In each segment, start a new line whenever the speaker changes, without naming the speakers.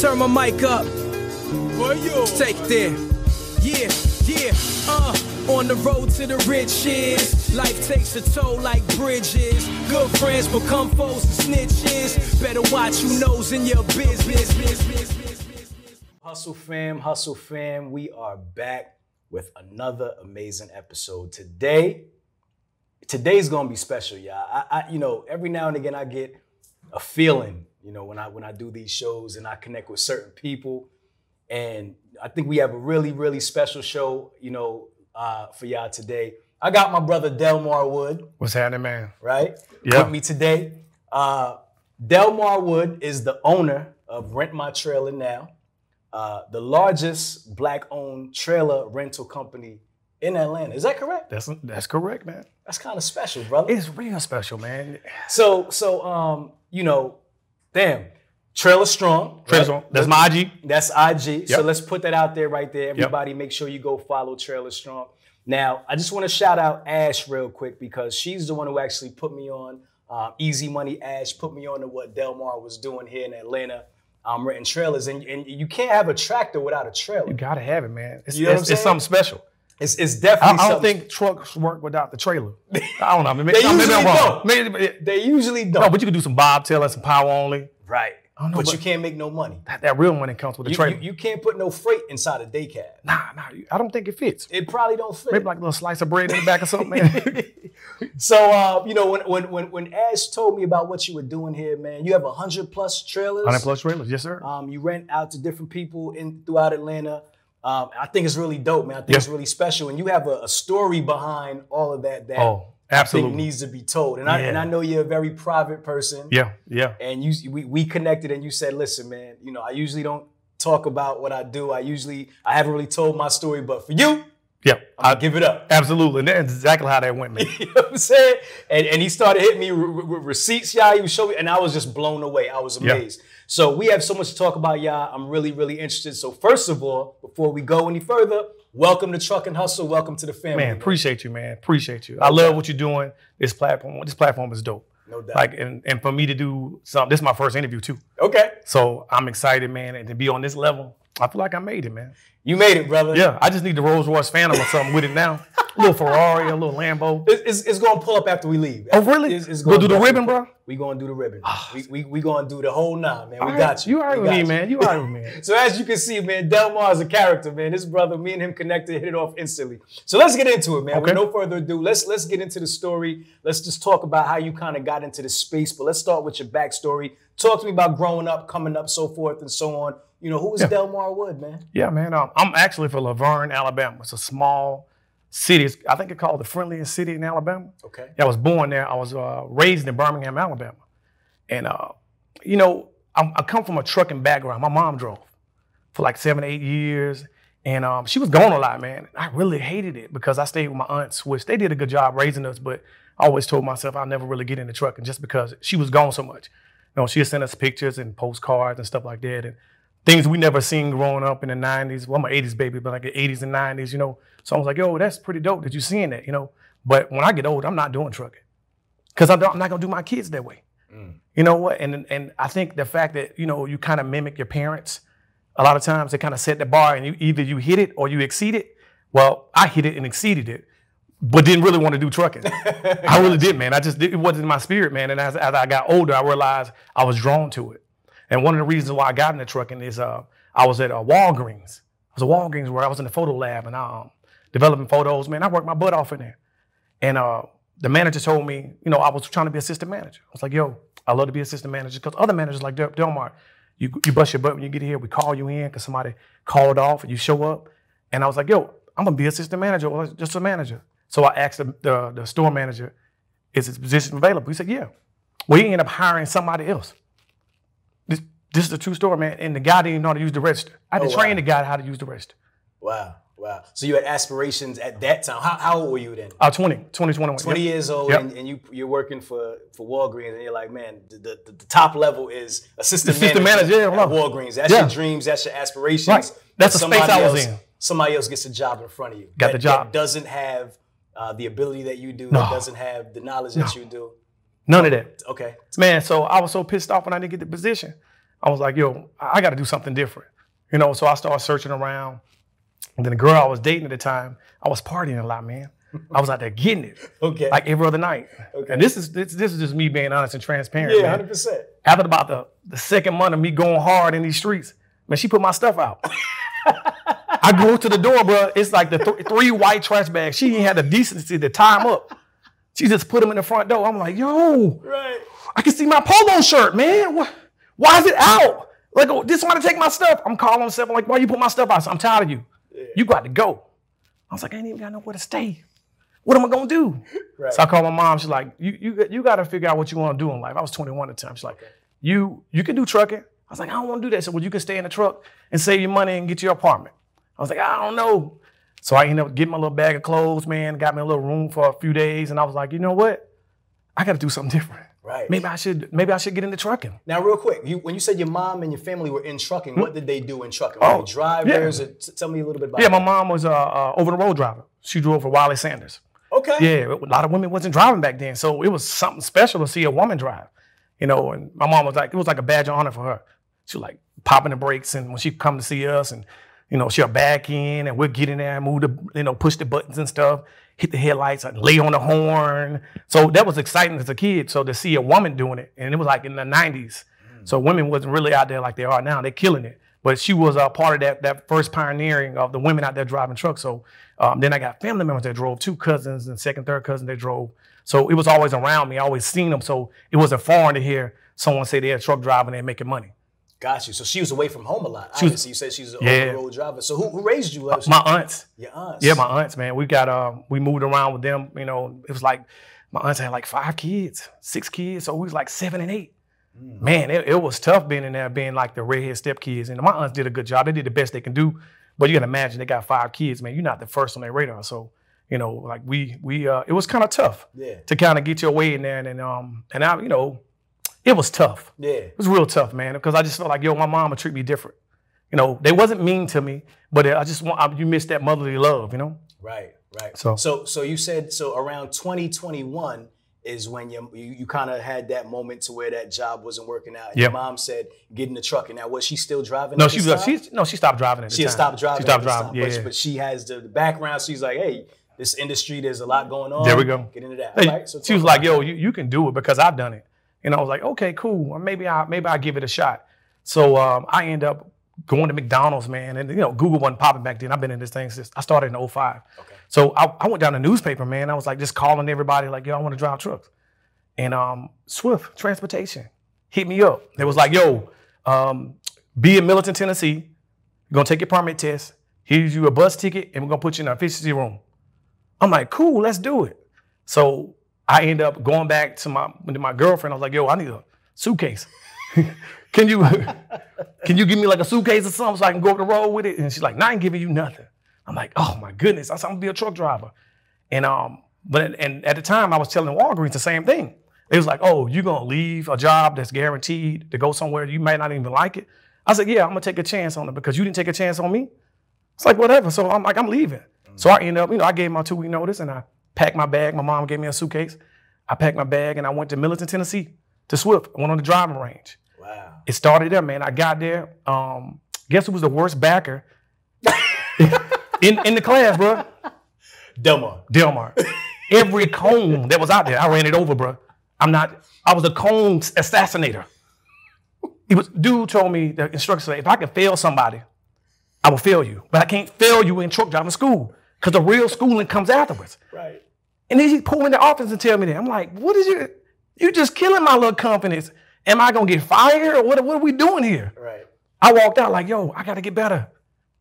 Turn my mic up. Take there. Yeah, yeah, uh. On the road to the riches. Life takes a toll like bridges. Good friends become foes and snitches. Better watch who knows in your business.
Hustle fam, hustle fam, we are back with another amazing episode today. Today's gonna be special, y'all. I, I, you know, every now and again I get a feeling, you know, when I when I do these shows and I connect with certain people, and I think we have a really really special show, you know, uh, for y'all today. I got my brother Delmar Wood,
What's happening, man?
right,
Yeah.
with me today. Uh, Delmar Wood is the owner of Rent My Trailer Now, uh, the largest black-owned trailer rental company in Atlanta. Is that correct?
That's that's correct, man.
That's kind of special, brother.
It's real special, man.
So, so um, you know, damn, Trailer Strong. right?
Crystal, that's my G.
That's IG. So
Yep.
let's put that out there right there. Everybody, make sure you go follow Trailer Strong. Now, I just want to shout out Ash real quick because she's the one who actually put me on uh, Easy Money. Ash put me on to what Delmar was doing here in Atlanta. um, renting trailers, and, and you can't have a tractor without a trailer.
You gotta have it, man. It's,
You know what
it's,
I'm
it's something special.
It's, it's
I,
definitely
I don't
something-
think trucks work without the trailer. I don't know. Maybe,
They
no, maybe
usually
I'm wrong.
don't.
Maybe,
they usually don't.
no, but you can do some bobtail and some power only.
right.
don't know,
but,
but-
you can't make no money.
That, that real money comes with the
You,
trailer.
you, you can't put no freight inside a day cab.
nah, nah. you- I don't think it fits.
It probably don't fit.
Maybe like a little slice of bread in the back or something, man.
So uh, you know, when when when when Ash told me about what you were doing here, man, you have hundred plus trailers.
Hundred plus trailers, yes sir.
Um, you rent out to different people in throughout Atlanta. Um, I think it's really dope, man. I think it's
Yeah.
really special, and you have a, a story behind all of that that
oh,
I think
absolutely.
needs to be told. And I
Yeah.
and I know you're a very private person.
Yeah, yeah.
And you we we connected, and you said, "Listen, man, you know, I usually don't talk about what I do. I usually I haven't really told my story, but for you,
Yeah,
I
I,
give it up."
absolutely. And that's exactly how that went, man.
You know what I'm saying? And, and he started hitting me with with receipts, y'all. He was showing me, and I was just blown away. I was
Yeah.
amazed. So we have so much to talk about, y'all. I'm really, really interested. So first of all, before we go any further, welcome to Truck and Hustle. Welcome to the family.
Man, appreciate you, man. Appreciate you. I love what you're doing. This platform, this platform is dope.
no doubt.
Like, and, and for me to do something, this is my first interview too.
okay,
So I'm excited, man, and to be on this level, I feel like I made it, man.
you made it, brother.
Yeah, I just need the Rolls Royce Phantom or something with it now. A little Ferrari, a little Lambo.
It's, it's, it's gonna pull up after we leave.
Oh, really?
It's, it's
Go
gonna
do the
definitely-
ribbon, bro.
We gonna do the ribbon. we, we we gonna do the whole nine, man. We got you.
You Ah. all right
We
with
got
me,
you.
man. You all right with me. man.
So as you can see, man, Delmar is a character, man. His brother, me and him connected, hit it off instantly. So let's get into it, man. With
Okay.
no further ado, let's let's get into the story. Let's just talk about how you kind of got into this space. But let's start with your backstory. Talk to me about growing up, coming up, so forth and so on. You know, who is Delmar Wood, man?
Yeah, man. Um, I'm actually from Laverne, Alabama. It's a small city. It's, I think it's called the friendliest city in Alabama.
Okay.
I was born there. I was uh, raised in Birmingham, Alabama, and uh, you know, I'm, I come from a trucking background. My mom drove for like seven, eight years, and um, she was gone a lot, man. I really hated it because I stayed with my aunts, which they did a good job raising us, but I always told myself I'll never really get in the trucking just because she was gone so much. You know, she would send us pictures and postcards and stuff like that, and things we never seen growing up in the 90s. Well, I'm an 80s baby, but like the 80s and 90s, you know. So I was like, yo, that's pretty dope that you're seeing that, you know. But when I get old, I'm not doing trucking because I'm not going to do my kids that way. You know what? And and I think the fact that, you know, you kind of mimic your parents, a lot of times they kind of set the bar and you either you hit it or you exceed it. Well, I hit it and exceeded it, but didn't really want to do trucking. I really did, man. I just, did- it wasn't in my spirit, man. And as, as I got older, I realized I was drawn to it. And one of the reasons why I got into trucking is uh, I was at uh, Walgreens. I was at Walgreens where I was in the photo lab and I um, developing photos. Man, I worked my butt off in there. And uh, the manager told me, you know, I was trying to be assistant manager. I was like, yo, I love to be assistant manager because other managers like Del- Delmar, you, you bust your butt when you get here. We call you in because somebody called off and you show up. And I was like, yo, I'm going to be assistant manager or just a manager. So I asked the, the, the store manager, is this position available? He said, yeah. Well, he ended up hiring somebody else. This, this is a true story, man. And the guy didn't even know how to use the register. I had
Oh,
to
wow.
train the guy how to use the register.
Wow, wow. So you had aspirations at that time. How, how old were you then?
Uh, 20, 20, 21.
20
Yep.
years old
Yep.
and, and you you're working for for Walgreens and you're like, man, the, the, the top level is assistant,
Assistant
manager,
manager, yeah,
at
right.
Walgreens. That's
Yeah.
your dreams, that's your aspirations.
Right. That's the
But
space I
somebody
was
else-
in.
Somebody else gets a job in front of you.
Got
that,
the job.
That doesn't have uh, the ability that you do, that doesn't have the knowledge that you do.
None of that.
Okay.
Man, so I was so pissed off when I didn't get the position. I was like, yo, I got to do something different. You know, so I started searching around. And then the girl I was dating at the time, I was partying a lot, man. I was out there getting it,
Okay.
like every other night.
Okay.
And this is this, this is just me being honest and transparent.
yeah,
man.
hundred percent.
After about the, the second month of me going hard in these streets, man, she put my stuff out. I go to the door, bro. It's like the th- three white trash bags. She ain't had the decency to tie them up. She just put them in the front door. I'm like, yo,
Right.
I can see my polo shirt, man. Wh- Why is it out? Like, oh, this want to take my stuff. I'm calling seven. Like, why you put my stuff out? I said, I'm tired of you. You got to go. I was like, I ain't even got nowhere to stay. What am I gonna do?
Right.
So I called my mom. She's like, you you you got to figure out what you want to do in life. I was 21 at the time. She's like, you you can do trucking. I was like, I don't want to do that. So well, you can stay in the truck and save your money and get your apartment. I was like, I don't know. So I ended up getting my little bag of clothes, man. Got me a little room for a few days, and I was like, you know what? I got to do something different.
Right.
Maybe I should maybe I should get into trucking.
Now, real quick, you when you said your mom and your family were in trucking, what did they do in trucking? Were
Hmm? Oh,
they drivers? Or, t- tell me a little bit about.
Yeah, my mom was uh, uh, over the road driver. She drove for Wiley Sanders.
that. Okay.
Yeah, a lot of women wasn't driving back then, so it was something special to see a woman drive. You know, and my mom was like, it was like a badge of honor for her. She was like popping the brakes, and when she come to see us, and you know, she'll back in, and we'll get in there and move the, you know, push the buttons and stuff, hit the headlights, and lay on the horn. So that was exciting as a kid. So to see a woman doing it, and it was like in the '90s, so women wasn't really out there like they are now. They're killing it. But she was a part of that that first pioneering of the women out there driving trucks. So um, then I got family members that drove, two cousins and second, third cousin that drove. So it was always around me. I always seen them. So it wasn't foreign to hear someone say they're a truck driver and they're making money.
Got you. So she was away from home a lot. Obviously, you said she's an
Yeah.
over-road driver. So who, who raised you? Uh,
My aunts,
your aunts.
yeah, my aunts, man. We got um, we moved around with them. You know, it was like my aunts had like five kids, six kids. So we was like seven and eight. Man, it, it was tough being in there, being like the redhead stepkids. And my aunts did a good job. They did the best they can do. But you gotta imagine they got five kids, man. You're not the first on their radar. So, you know, like we we uh it was kind of tough
Yeah.
to kind of get your way in there and, and um and I, you know, it was tough.
Yeah.
It was real tough, man, because I just felt like, yo, my mom would treat me different. You know, they wasn't mean to me, but I just want I, you missed that motherly love, you know?
Right. Right.
So-
so so you said so around 2021 is when you you, you kind of had that moment to where that job wasn't working out. And
Yeah.
Your mom said get in the truck, and now was she still driving?
No,
at
she
this
was
time?
she no, she stopped driving at the
she had
time.
stopped driving.
She
at
stopped
this
driving.
time,
Yeah.
but, but she has the, the background. She's like, hey, this industry, there's a lot going on.
There we go.
Get into that.
Hey,
All right, so
she was
talk
like, "Yo, you, you can do it because I've done it," and I was like, "Okay, cool. Well, Maybe I maybe I give it a shot." So um, I end up going to McDonald's, man, and you know Google wasn't popping back then. I've been in this thing since I started in 05. Okay. So I, I went down to newspaper, man. I was like just calling everybody, like, "Yo, I want to drive trucks," and um, Swift Transportation hit me up. They was like, "Yo, um, be in Milton, Tennessee. You're gonna take your permit test. Here's you a bus ticket, and we're gonna put you in an efficiency room." I'm like, "Cool, let's do it." So I end up going back to my to my girlfriend. I was like, "Yo, I need a suitcase. can you can you give me like a suitcase or something so I can go up the road with it?" And she's like, "No, I ain't giving you nothing." I'm like, "Oh my goodness, I said, I'm gonna be a truck driver." And um, but and at the time I was telling Walgreens the same thing. It was like, "Oh, you're gonna leave a job that's guaranteed to go somewhere you might not even like it." I said, "Yeah, I'm gonna take a chance on it because you didn't take a chance on me." It's like whatever. So I'm like, I'm leaving. So I end up, you know, I gave my two week notice and I packed my bag. My mom gave me a suitcase. I packed my bag and I went to Millerton, Tennessee, to Swift. I went on the driving range.
about- Wow.
It started there, man. I got there. Um, guess who was the worst backer in, in the class, bro?
Dumber.
Delmar. Every cone that was out there, I ran it over, bro. I'm not. I was a cone assassinator. He was. Dude told me the instructor said, if I can fail somebody, I will fail you, but I can't fail you in truck driving school because the real schooling comes afterwards.
Right.
And then he pulled me in the office and tell me that. I'm like, what is your? You just killing my little confidence. Am I gonna get fired or what? What are we doing here?
Right.
I walked out like, yo, I gotta get better.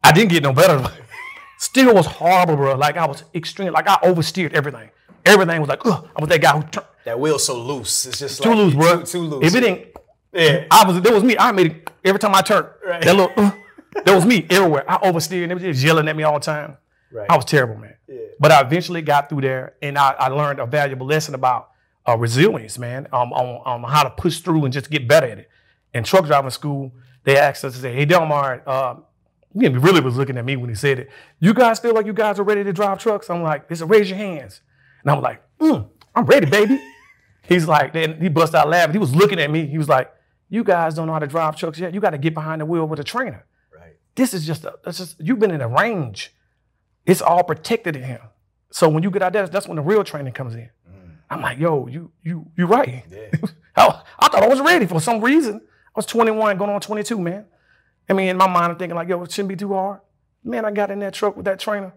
I didn't get no better. Still was horrible, bro. Like I was extreme. Like I oversteered everything. Everything was like, ugh. I was that guy who turned
That wheel's so loose. It's just
too
like,
loose, bro.
Too, too loose.
If it ain't,
Yeah.
I was. That was me. I made it every time I turned.
Right.
That little, ugh, that was me everywhere. I oversteered. And they was just yelling at me all the time.
Right.
I was terrible, man. But I eventually got through there, and I, I learned a valuable lesson about uh, resilience, man, um, on, on how to push through and just get better at it. In truck driving school, they asked us to say, "Hey, Delmar, uh, he really was looking at me when he said it. You guys feel like you guys are ready to drive trucks?" I'm like, "Just raise your hands," and I'm like, mm, "I'm ready, baby." He's like, then he bust out laughing. He was looking at me. He was like, You guys don't know how to drive trucks yet. You got to get behind the wheel with a trainer.
Right.
This is just a, that's just you've been in a range. It's all protected in here. So when you get out there, that's when the real training comes in. I'm like, yo, you you you right.
Yeah.
I, I thought I was ready for some reason. I was 21, going on 22, man. I mean, in my mind, I'm thinking like, yo, it shouldn't be too hard. Man, I got in that truck with that trainer.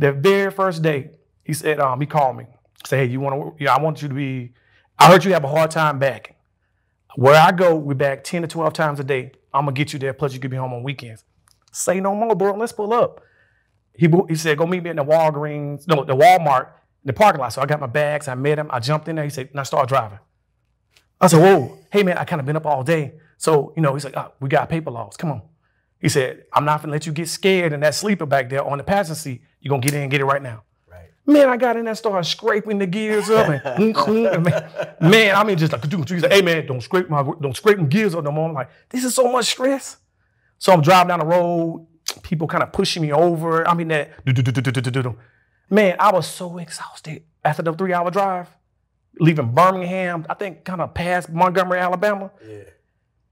The very first day, he said, um, he called me. Say, hey, you want to? Yeah, I want you to be. I heard you have a hard time backing. Where I go, we back 10 to 12 times a day. I'm gonna get you there. Plus, you could be home on weekends. Say no more, bro. Let's pull up. He bo- he said, go meet me in the Walgreens, no, the Walmart, the parking lot. So I got my bags. I met him. I jumped in there. He said, now start driving. I said, whoa, hey man, I kind of been up all day. So, you know, he's like, ah, we got paper laws. Come on. He said, I'm not gonna let you get scared in that sleeper back there on the passenger seat. You're gonna get in and get it right now.
Right.
Man, I got in there and started scraping the gears up and man, man, I mean just like he's like, hey man, don't scrape my don't scrape my gears up no more. I'm like, this is so much stress. So I'm driving down the road, people kind of pushing me over. I mean that do-do-do-do-do-do-do. man, I was so exhausted after the three-hour drive, leaving Birmingham, I think kind of past Montgomery, Alabama
Yeah.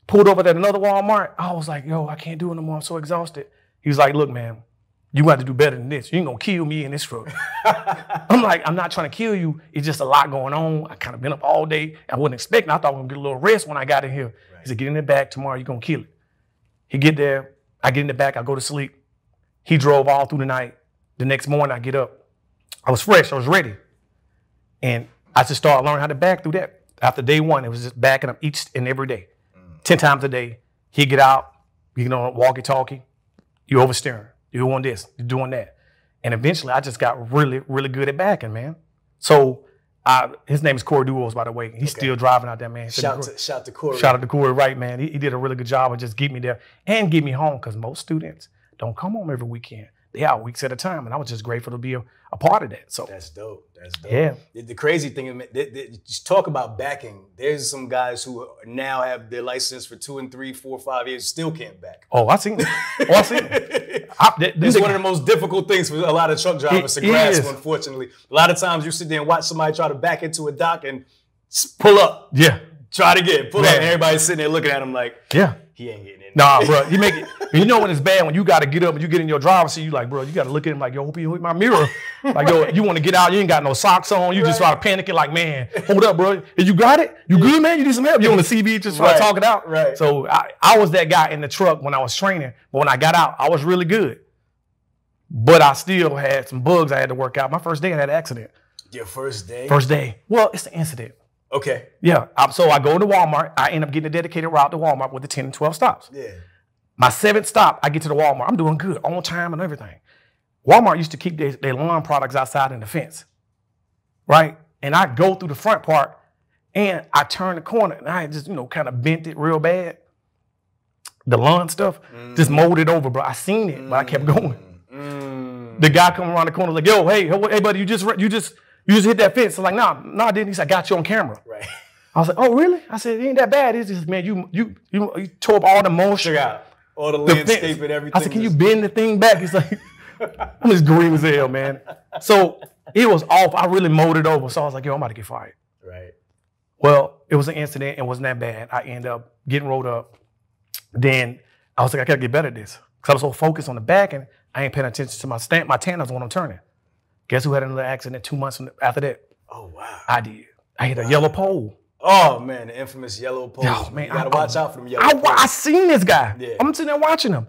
pulled over at another Walmart. I was like, yo, I can't do it no more. I'm so exhausted. He was like, look, man, you got to do better than this. You ain't gonna kill me in this truck. I'm like, I'm not trying to kill you. It's just a lot going on. I kind of been up all day. I wasn't expecting. I thought I was gonna get a little rest when I got in here. He said, get in the back tomorrow. You're gonna kill it. He get there. I get in the back. I go to sleep. He drove all through the night. The next morning, I get up. I was fresh. I was ready. And I just started learning how to back through that. After day one, it was just backing up each and every day.
Mm.
10 times a day. He get out, you know, walkie talkie. You oversteering. You're doing this, you're doing that. And eventually I just got really, really good at backing, man. So I, his name is Corey Duos, by the way. He's still driving out there, man.
Shout to shout to Corey.
Shout out to Corey Wright, man. He, he did a really good job of just getting me there and get me home because most students don't come home every weekend. They out weeks at a time. And I was just grateful to be a, a part of that. So
That's dope. That's dope.
Yeah.
The, the crazy thing, is, man, they- they- just talk about backing. There's some guys who now have their license for two and three, four, five years, still can't back.
Oh, I seen it. Oh, I seen it. I, th-
It's
this-
one of the most difficult things for a lot of truck drivers
It
to grasp.
is.
Unfortunately, a lot of times you sit there and watch somebody try to back into a dock and s- pull up,
yeah,
try to get pull up,
Man.
and everybody's sitting there looking at him like
yeah.
he ain't getting in.
Nah, bro, you make it. You know when it's bad when you got to get up and you get in your driver's seat. You like, bro, you got to look at him like, yo, hope you hit my mirror. Like, yo, you want to get out, you ain't got no socks on. You just
Right.
start panicking, like, man, hold up, bro. You got it? You good, man? You need some help? You on the CB? Just try
Right,
to talk it out.
right.
So I, I was that guy in the truck when I was training, but when I got out, I was really good. But I still had some bugs I had to work out. My first day, I had an accident.
Your first day.
First day. Well, it's an incident.
Okay.
Yeah. I- so I go to Walmart. I end up getting a dedicated route to Walmart with the 10 and 12 stops.
Yeah.
My seventh stop, I get to the Walmart. I'm doing good, on time and everything. Walmart used to keep their, their lawn products outside in the fence, right? And I go through the front part and I turn the corner and I just, you know, kind of bent it real bad. The lawn stuff just
Mm.
molded over, bro. I seen it, but I kept going.
Mm.
The guy come around the corner like, yo, hey, hey, hey, buddy, you just, you just, you just hit that fence. I'm like, nah, nah, I didn't. He said, I got you on camera.
Right.
I was like, oh, really? I said, it ain't that bad. It's just, man, you, you, you, you tore up all the moisture
Check out all the,
the
landscape
fence.
and everything.
I said, can you bend the thing back? He's like, I'm just green as hell, man. So it was off. I really mowed it over. So I was like, yo, I'm about to get fired.
Right.
Well, it was an incident. It wasn't that bad. I ended up getting rolled up. Then I was like, I gotta get better at this. Cause I was so focused on the back and I ain't paying attention to my stand, my tanners when I'm turning. Guess who had another accident two months after that?
Oh wow.
I did. I hit a yellow pole.
Oh man, the infamous yellow poles.
Oh, man,
you gotta
I-
watch out for them yellow
I,
poles.
wa- I seen this guy.
Yeah.
I'm sitting there watching him.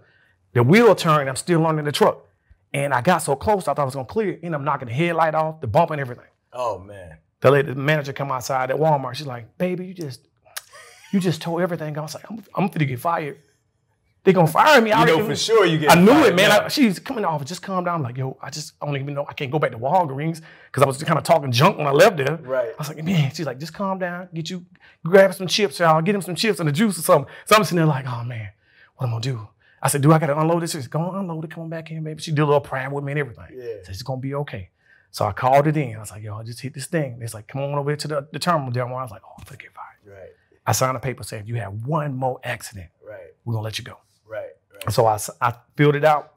The wheel turned. I'm still learning the truck. And I got so close, I thought I was gonna clear. End up knocking the headlight off, the bump, and everything.
Oh man.
The lady, the manager, come outside at Walmart. She's like, "Baby, you just, you just tore everything." I was like, "I'm, I'm finna get fired. They gonna fire me."
You
I
know
already-
for sure you get.
I knew it,
fired,
man.
yeah.
I, she's coming off. Just calm down. I'm like, yo, I just, I don't even know. I can't go back to Walgreens because I was kind of talking junk when I left there.
Right.
I was like, man. She's like, just calm down. Get you, grab some chips, y'all. Get him some chips and a juice or something. So I'm sitting there like, oh man, what I'm gonna do? I said, do I gotta unload this? She's go on, unload it. Come on back in, baby. She did a little prayer with me and everything.
Yeah.
So it's gonna be okay. So I called it in. I was like, yo, I just hit this thing. It's like, come on over here to the, the terminal down there. I was like, oh, forget fired.
right,
I signed a paper saying, if you have one more accident,
right,
we're gonna let you go.
right, right.
So I, s- I filled it out.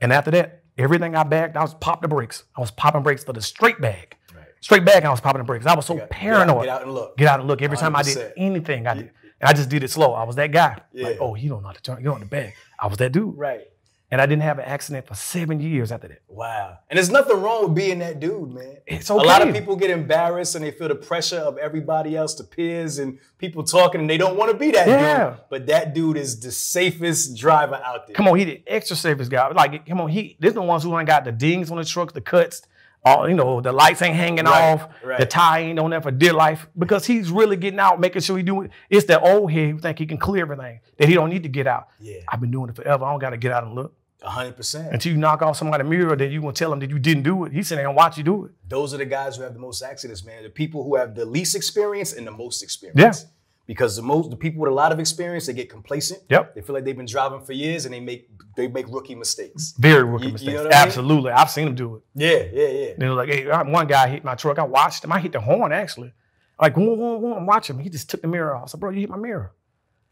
And after that, everything I bagged, I was popping the brakes. I was popping brakes for the straight bag.
Right.
Straight bag, I was popping the brakes. I was so
Get out-
paranoid.
Get out and look.
Get out and look. Every time I
100%.
did anything, I did. And And I just did it slow. I was that guy.
Yeah.
Like, oh, you don't know how to turn. You don't know the bag. I was that dude.
Right.
And I didn't have an accident for seven years after that.
Wow. And there's nothing wrong with being that dude, man.
It's
A lot of
okay.
people get embarrassed and they feel the pressure of everybody else, the peers and people talking, and they don't want to be that
Yeah.
dude. But that dude is the safest driver out there.
Come on, he the extra safest guy. Like, come on, he. There's the ones who ain't got the dings on the trucks, the cuts. All you know, the lights ain't hanging
Right,
off.
right.
The tie ain't on there for dear life because he's really getting out, making sure he do it. It's that old head who think he can clear everything that he don't need to get out.
Yeah.
I've been doing it forever. I don't got to get out and look.
100%.
Until you knock off somebody's mirror, then you gonna tell him that you didn't do it. He sitting there and watch you do it.
Those are the guys who have the most accidents, man. The people who have the least experience and the most experience.
Yeah.
Because the most the people with a lot of experience, they get complacent.
Yep.
They feel like they've been driving for years and they make they make rookie mistakes.
Very rookie
You- you
mistakes.
know what I mean?
Absolutely, I've seen him do it.
Yeah, yeah, yeah.
They were like, hey, I- one guy hit my truck. I watched him. I hit the horn actually. Like, whoa, whoa, whoa, I'm watching him. He just took the mirror off. I said, bro, you hit my mirror.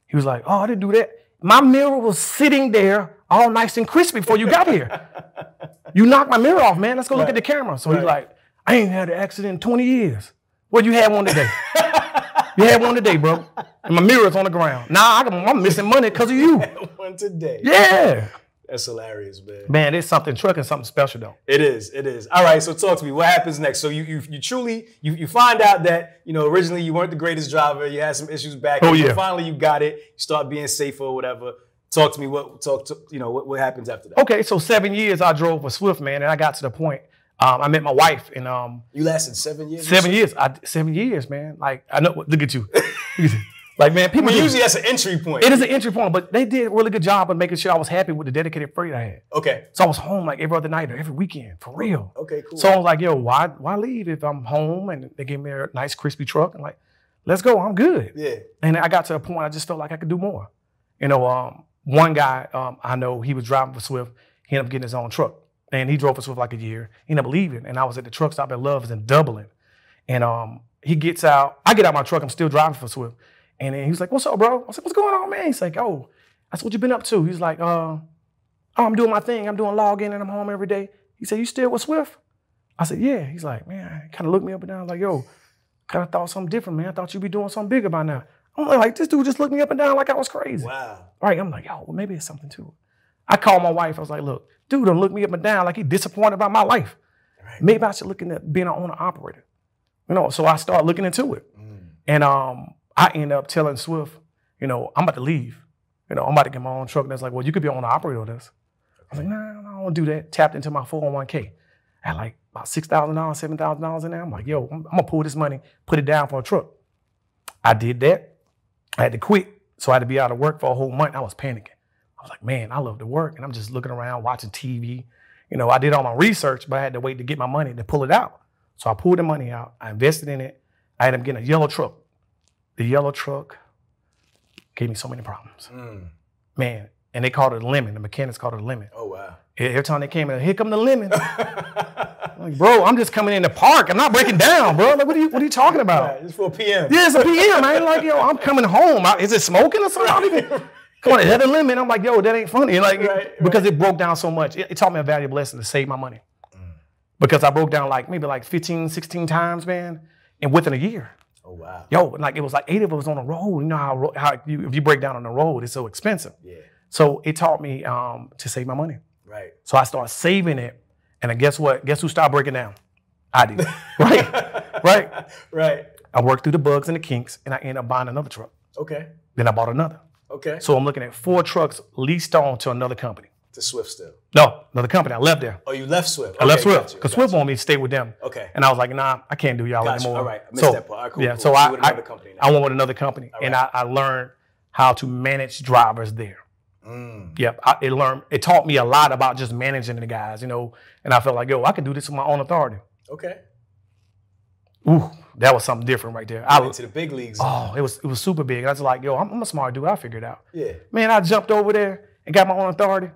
He was like, oh, I didn't do that. My mirror was sitting there all nice and crispy before you got here. you knocked my mirror off, man. Let's go look at the camera. So he's like, I ain't had an accident in 20 years. Well, you had one today. you had one today, bro. And my mirror's on the ground. Nah, I, can- I'm missing money because of you.
One today.
Yeah.
That's hilarious, man.
Man, there's something trucking something special though.
It is. It is. All right. So talk to me. What happens next? So you you, you truly you, you find out that you know originally you weren't the greatest driver. You had some issues back.
Oh,
but
yeah.
Finally, you got it. You start being safer or whatever. Talk to me. What talk to you know what, what happens after that?
Okay, so seven years I drove for Swift, man, and I got to the point. Um, I met my wife, and um,
You lasted seven years.
seven years. I seven years, man. Like I know. Look at you. like man, people
But
usually.
usually that's an entry point.
It is an entry point, but they did a really good job of making sure I was happy with the dedicated freight I had.
Okay.
So I was home like every other night or every weekend, for real.
Okay, cool.
So I was like, yo, why why leave if I'm home? And they gave me a nice crispy truck. and like, let's go, I'm good.
Yeah.
And I got to a point I just felt like I could do more. You know, um, one guy um, I know he was driving for Swift. He ended up getting his own truck, and he drove for Swift like a year. He ended up leaving, and I was at the truck stop at Love's in Dublin, and um, he gets out. I get out of my truck. I'm still driving for Swift, and then he was like, "What's up, bro?" I was like, "What's going on, man?" He's like, "Oh, I said, what you been up to?" He's like, uh, "Oh, I'm doing my thing. I'm doing login, and I'm home every day." He said, "You still with Swift?" I said, "Yeah." He's like, "Man," kind of looked me up and down, like, "Yo." kind of thought something different, man. I thought you'd be doing something bigger by now. I'm like, this dude just looked me up and down like I was crazy.
Wow.
Right? I'm like, yo, well, maybe it's something to it. I called my wife. I was like, look, dude, done looked me up and down like he disappointed about my life. Maybe I should look into being an owner operator. You know, so I started looking into it, and um, I end up telling Swift, you know, I'm about to leave. You know, I'm about to get my own truck. And it's like, well, you could be an owner operator with us. I was like, nah, nah, I don't wanna do that. Tapped into my 401k. Had like about six thousand dollars, seven thousand dollars in there. I'm like, yo, I'm, I'm gonna pull this money, put it down for a truck. I did that. I had to quit, so I had to be out of work for a whole month. I was panicking. I was like, man, I love to work, and I'm just looking around, watching TV. You know, I did all my research, but I had to wait to get my money to pull it out. So I pulled the money out. I invested in it. I ended up getting a yellow truck. The yellow truck gave me so many problems, man. And they called it a lemon. The mechanics called it a lemon. E-,
Oh wow.
Every time they came in, here come the lemon. like, bro, I'm just coming in the park. I'm not breaking down, bro. Like, what are you, what are you talking about?
It's 4 p.m.
Yeah, it's a PM. I ain't like, yo, I'm coming home. I- is it smoking or something? I don't even- Come on, is that a lemon? I'm like, yo, that ain't funny. Like,
Right,
because it broke down so much. It, it taught me a valuable lesson to save my money. Because I broke down like maybe like 15, 16 times, man, and within a year.
Oh wow.
Yo, like it was like eight of us on a road. You know how, ro- how you, if you break down on the road, it's so expensive.
Yeah.
So it taught me um, to save my money.
Right.
So I started saving it. And then guess what? Guess who started breaking down? I did. right? Right?
Right.
I worked through the bugs and the kinks and I ended up buying another truck.
Okay.
Then I bought another.
Okay.
So I'm looking at four trucks leased on to another company.
to Swift still.
No, another company. I left there.
Oh, you left Swift.
I left Swift because Swift wanted me to stay with them.
Okay.
And I was like, nah, I can't do y'all
Gotcha.
anymore.
All right. I missed that part. All right, cool,
yeah.
cool.
So
You
I,
with
I,
another company now.
I went with another company, and I, I learned how to manage drivers there.
Mm.
Yep. I, it learned. It taught me a lot about just managing the guys, you know. And I felt like, yo, I can do this with my own authority.
Okay.
Ooh, that was something different right there. I,
Into the big leagues.
oh, it was it was super big. And I was like, yo, I'm, I'm a smart dude. I figured it out.
Yeah.
Man, I jumped over there and got my own authority.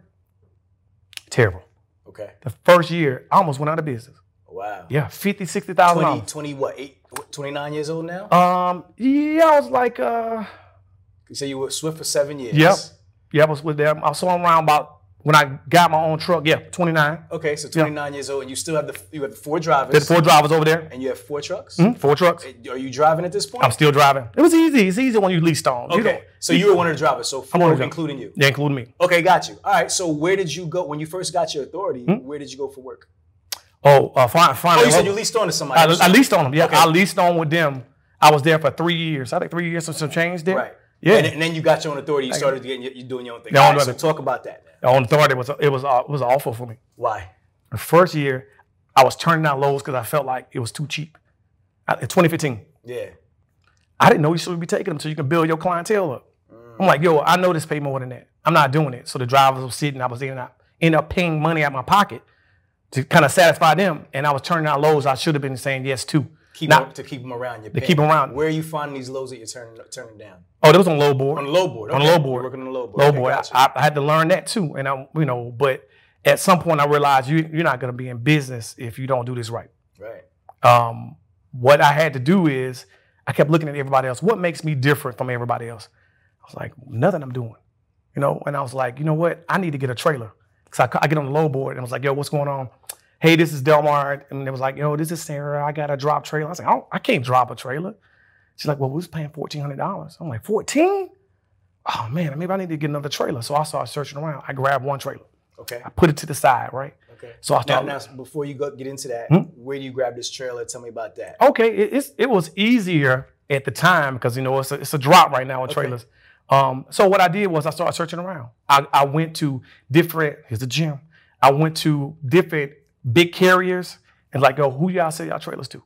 Terrible.
Okay. Oh,
The first year, I almost went out of business.
Wow.
Yeah, fifty, sixty thousand
Twenty,
dollars.
twenty, 20 what, eight, what, 29 years old now?
Um, yeah, I was like, uh,
you say you were at Swift for seven years.
yep, yeah, I was with them. I saw them around about When I got my own truck, yeah, 29.
Okay, so 29 years old, and you still have the you have four drivers,
There's four Hmm? drivers over there, Mm-hmm.
and you have four trucks.
four trucks.
Are you driving at this point?
I'm still driving. It was easy. It's easy when you lease on. You
okay,
don't-
so you were one of the drivers, so
one
four,
of the drivers.
including you.
yeah, including me.
Okay, got you. All right, so where did you go when you first got your authority? Where did you go for work?
Oh, Hmm? uh, fine, fine.
Oh, you said you leased on to somebody.
I, I leased on them. Yeah, I leased on with them. I was there for three years. I think three years and some change there.
right.
Yeah.
and, then- and then you got your own authority. You started getting your, you doing your own thing.
Yeah,
All
I
right,
don't
so
know.
talk about that. Man.
on authority was it was uh, it was awful for me.
Why?
The first year, I was turning down lows because I felt like it was too cheap. I, in 2015,
Yeah.
I didn't know you should be taking them so you can build your clientele up. I'm like, yo, I know this pay more than that. I'm not doing it. So the drivers were sitting. I was in. I ended up paying money out my pocket to kind of satisfy them, and I was turning down lows I should have been saying yes to.
Keep
Now-
them- to keep them around. Your
keep 'em around.
Where are you finding these lows that you're turning turning down?
Oh, that was on low board.
On the low board.
On the
okay.
low board.
You're Working on the low board.
low
Okay,
boy. I,
gotcha.
I, I had to learn that too, and I, you know, but at some point I realized you you're not gonna be in business if you don't do this right.
right.
Um, what I had to do is I kept looking at everybody else. What makes me different from everybody else? I was like, nothing I'm doing, you know. And I was like, you know what? I need to get a trailer because I, ca- I get on the low board and I was like, yo, what's going on? Hey, this is Delmar, and it was like, yo, this is Sarah. I got a drop trailer. I was like, I, don't, I can't drop a trailer. She's like, well, we was paying fourteen hundred dollars. I'm like, fourteen? Oh man, maybe I need to get another trailer. So I started searching around. I grabbed one trailer,
Okay.
put it to the side, right?
Okay.
So I Hmm?
Now,
started.
now, before you go, get into that, where do you grab this trailer? Tell me about that.
okay, it, it's it was easier at the time because you know it's a, it's a drop right now in trailers. Um, so what I did was I started searching around. I, I went to different here's the gym. I went to different big carriers and like, yo, who y'all sell y'all trailers to?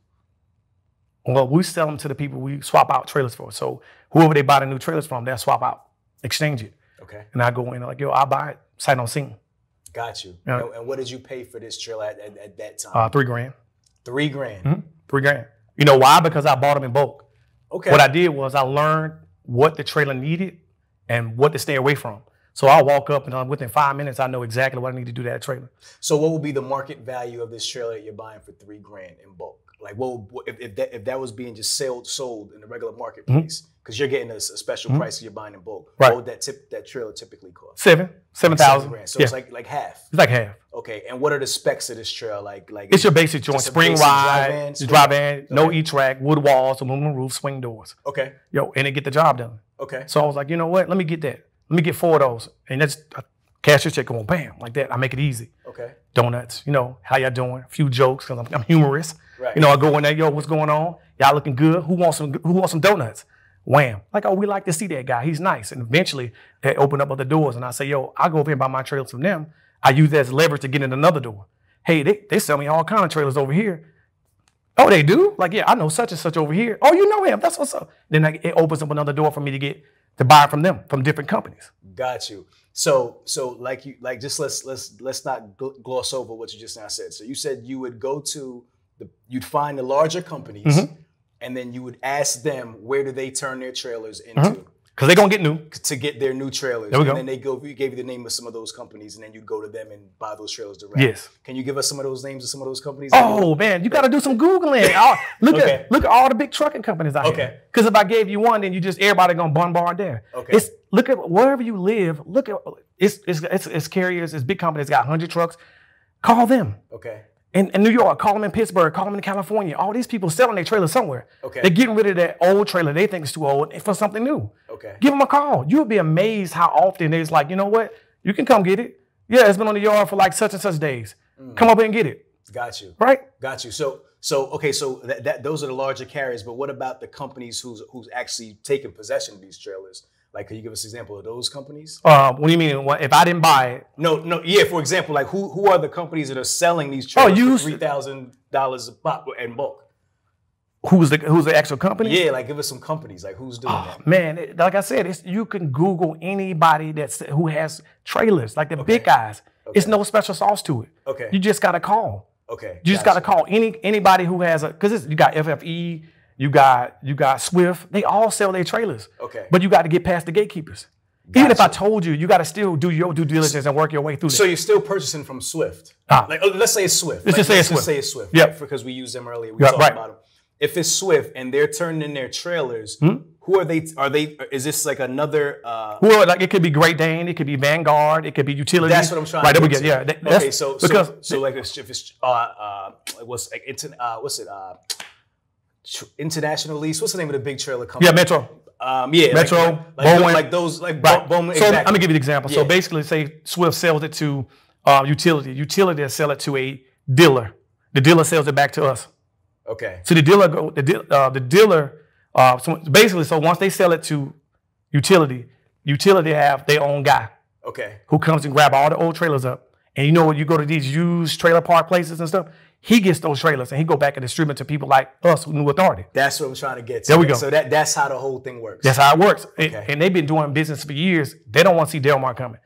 Well, we sell them to the people we swap out trailers for. So whoever they buy the new trailers from, they'll swap out, exchange it.
Okay.
And I go in like, yo, I'll buy it, sight on scene.
Got you.
Yeah.
And, and what did you pay for this trailer at, at, at that time?
Uh, three grand.
Three grand.
Hmm? Three grand. You know why? Because I bought them in bulk.
Okay.
What I did was I learned what the trailer needed and what to stay away from. So I walk up and uh, within five minutes I know exactly what I need to do to that trailer.
so what would be the market value of this trailer that you're buying for three grand in bulk? Like, what, would- what if, if that if that was being just sold sold in the regular marketplace? Because you're getting a, s- a special price you're buying in bulk.
Hmm? Right.
What would that tip that trailer typically cost?
Seven, seven thousand.
grand. So
yeah.
it's like like half.
it's like half.
Okay. And what are the specs of this trailer? Like like
It's your basic joint,
Just a
spring
basic
ride,
drive-in,
drive-in,
swing-
no e-track, wood walls, aluminum roof, swing doors.
okay
Yo, and it get the job done.
okay
So I was like, you know what? Let me get that. Let me get four of those, and that's I cash your check and bam, like that. I make it easy.
okay
donuts. You know, how y'all doing? A few jokes because I'm, I'm humorous.
Right.
You know, I go in there, yo, what's going on? Y'all looking good? Who wants some? Who wants some donuts? Wham! Like, oh, we like to see that guy. He's nice. And eventually, they open up other doors, and I say, yo, I go over here and buy my trailers from them. I use that as leverage to get in another door. Hey, they, they sell me all kind of trailers over here. Oh, they do? Like, yeah, I know such and such over here. Oh, you know him? That's what's up. Then I, it opens up another door for me to get to buy from them from different companies.
Got you. So so like you like just let's let's let's not gl- gloss over what you just now said. So you said you would go to the you'd find the larger companies
Mm-hmm.
and then you would ask them where do they turn their trailers into
Cause they gonna get new.
to get their new trailers.
Mm-hmm. we
and
go.
then they go you gave you the name of some of those companies and then you go to them and buy those trailers directly.
Yes.
Can you give us some of those names of some of those companies?
Oh man, you got to do some googling. Oh, look
Okay.
at look at all the big trucking companies out
Okay.
here. Because if I gave you one, then you just everybody gonna bombard there.
Okay.
It's look at wherever you live. Look at it's it's it's, it's carriers. It's big companies got hundred trucks. Call them
Okay.
in, in New York. Call them in Pittsburgh. Call them in California. All these people selling their trailer somewhere.
Okay.
They're getting rid of that old trailer they think is too old for something new.
Okay.
Give them a call. You'll be amazed how often they's like, you know what? You can come get it. Yeah, it's been on the yard for like such and such days.
Mm.
Come up and get it.
Got you.
Right.
Got you. So so okay. So that, that those are the larger carriers, but what about the companies who's who's actually taking possession of these trailers? Like, can you give us an example of those companies?
Uh, what do you mean? What, if I didn't buy it,
No, no. Yeah, for example, like who who are the companies that are selling these trailers
Oh, you-
for three thousand dollars a pop in bulk?
who's the who's the actual company?
Yeah, like give us some companies. Like who's doing that?
Man, it- like I said, it's, you can Google anybody that's who has trailers, like the big guys. It's no special sauce to it.
Okay.
You just gotta call.
Okay,
You just gotta call any anybody who has a because you got FFE, you got you got Swift. They all sell their trailers.
Okay.
But you got to get past the gatekeepers. Even if I told you, you got to still do your due diligence and work your way through.
So
So
you're still purchasing from Swift.
Ah.
Like oh, let's say it's Swift. Like,
just say it's
just
Swift.
say it's Swift.
Yeah.
Because we used them earlier. We
Yeah,
talked
right. Hmm?
about them. If it's Swift and they're turning in their trailers, Who are they? Are they? Is this like another? Uh,
Well, like it could be Great Dane, it could be Vanguard, it could be utility.
that's what I'm trying.
Right,
to
there we
get
go.
to.
Yeah, that-
okay,
that's-
so
because
so, so like if it's uh, uh like what's like it's uh what's it uh tr- international lease? What's the name of the big trailer company?
yeah, Metro.
Um, yeah,
Metro,
like, like,
Bowman.
like those, like
Right.
Bo- Bowman.
so I'm
exactly.
gonna give you an example.
Yeah.
So basically, say Swift sells it to uh, utility. Utility will sell it to a dealer. The dealer sells it back to us.
okay,
So the dealer go the deal, uh, the dealer. Uh, so basically, so once they sell it to utility, utility have their own guy
okay,
who comes and grab all the old trailers up. And you know when you go to these used trailer park places and stuff, he gets those trailers and he go back and distribute to people like us who knew authority.
that's what I'm trying to get. to.
There we go.
So that that's how the whole thing works.
That's how it works. And-
Okay.
And they've been doing business for years. They don't want to see Delmar coming.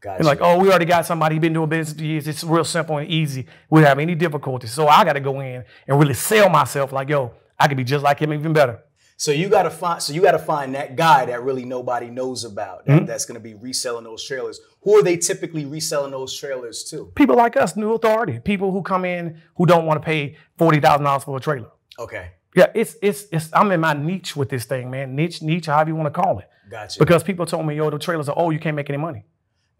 gotcha.
They're like, oh, we already got somebody who's been doing business for years. It's real simple and easy. We don't have any difficulty. So I got to go in and really sell myself like, yo, I could be just like him, even better.
So you gotta find. So you gotta find that guy that really nobody knows about.
Mm-hmm.
That, That's gonna be reselling those trailers. Who are they typically reselling those trailers to?
People like us, new authority, people who come in who don't want to pay $40,000 for a trailer.
Okay,
Yeah, it's, it's, it's, I'm in my niche with this thing, man. Niche, niche, however you want to call it.
gotcha.
Because people told me, yo, the trailers are, oh, you can't make any money.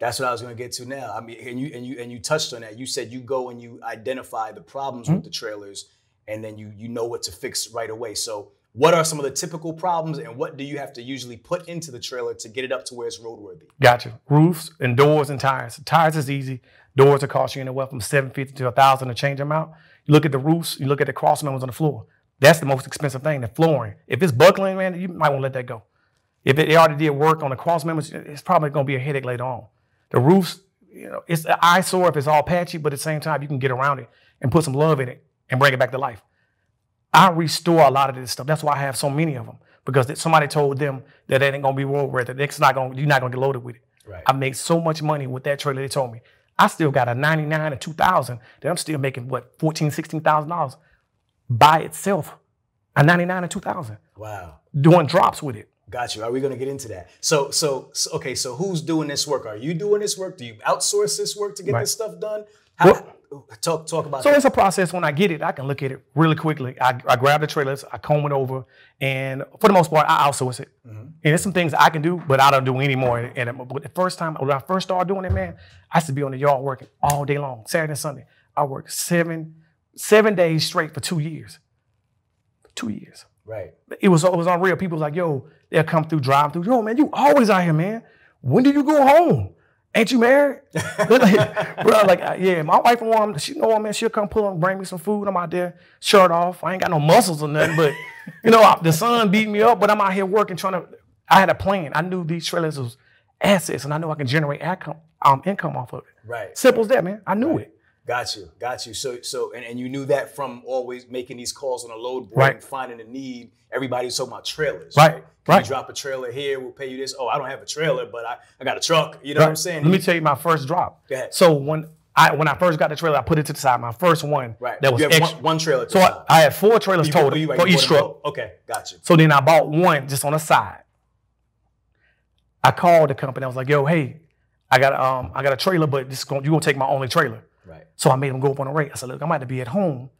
That's what I was going to get to now. I mean, and you and you and you touched on that. You said you go and you identify the problems
Mm-hmm.
with the trailers, and then you you know what to fix right away. So, what are some of the typical problems, and what do you have to usually put into the trailer to get it up to where it's roadworthy?
Gotcha. Roofs and doors and tires. Tires is easy. Doors will cost you anywhere from 750 to 1000 to change them out. You look at the roofs, you look at the cross members on the floor. That's the most expensive thing, the flooring. If it's buckling, man, you might want to let that go. If it, they already did work on the cross members, it's probably going to be a headache later on. The roofs, you know, it's an eyesore if it's all patchy, but at the same time, you can get around it and put some love in it and bring it back to life. I restore a lot of this stuff. That's why I have so many of them because that somebody told them that it ain't gonna be roadworthy. It's not gonna you're not gonna get loaded with it.
Right.
I made so much money with that trailer. They told me I still got a 99 or 2000 that I'm still making what 14, 16 thousand dollars by itself. A 99 or 2000
Wow,
doing drops with it.
got you. Are we going to get into that? So, so, so okay. So, who's doing this work? Are you doing this work? Do you outsource this work to get this stuff done? How, talk talk about
So
that.
it's a process. When I get it, I can look at it really quickly. I, I grab the trailers, I comb it over, and for the most part, I outsource it. And there's some things I can do, but I don't do anymore. And and- but the first time when I first started doing it, man, I used to be on the yard working all day long, Saturday and Sunday. I worked seven seven days straight for two years. Two years
right.
it was it was unreal. People was like, yo, they'll come through, drive through. Yo, man, you always out here, man. When do you go home? Ain't you married? They're like, bro, like, uh, yeah, my wife, um, she know, man, she'll come pull up and bring me some food. I'm out there, shirt off. I ain't got no muscles or nothing, but, you know, I- the sun beat me up, but I'm out here working, trying to, I had a plan. I knew these trailers was assets, and I know I can generate income, um, income off of it.
Right.
Simple as that, man. I knew it.
Got you, got you. So, so, and, and you knew that from always making these calls on a load board
Right.
and finding the need. Everybody's talking about trailers,
Right,
Can
right.
You drop a trailer here, we'll pay you this. Oh, I don't have a trailer, but I, I got a truck. You know what I'm saying?
Let me tell you my first drop.
Go ahead.
So when I when I first got the trailer, I put it to the side. My first one
right.
that was
you have
extra.
one, one trailer.
So I, I had four trailers total for each truck.
Okay, got you.
So then I bought one just on the side. I called the company. I was like, "Yo, hey, I got um, I got a trailer, but this going you gonna take my only trailer."
Right.
So I made them go up on the rate. I said, "Look, I'm about to be at home.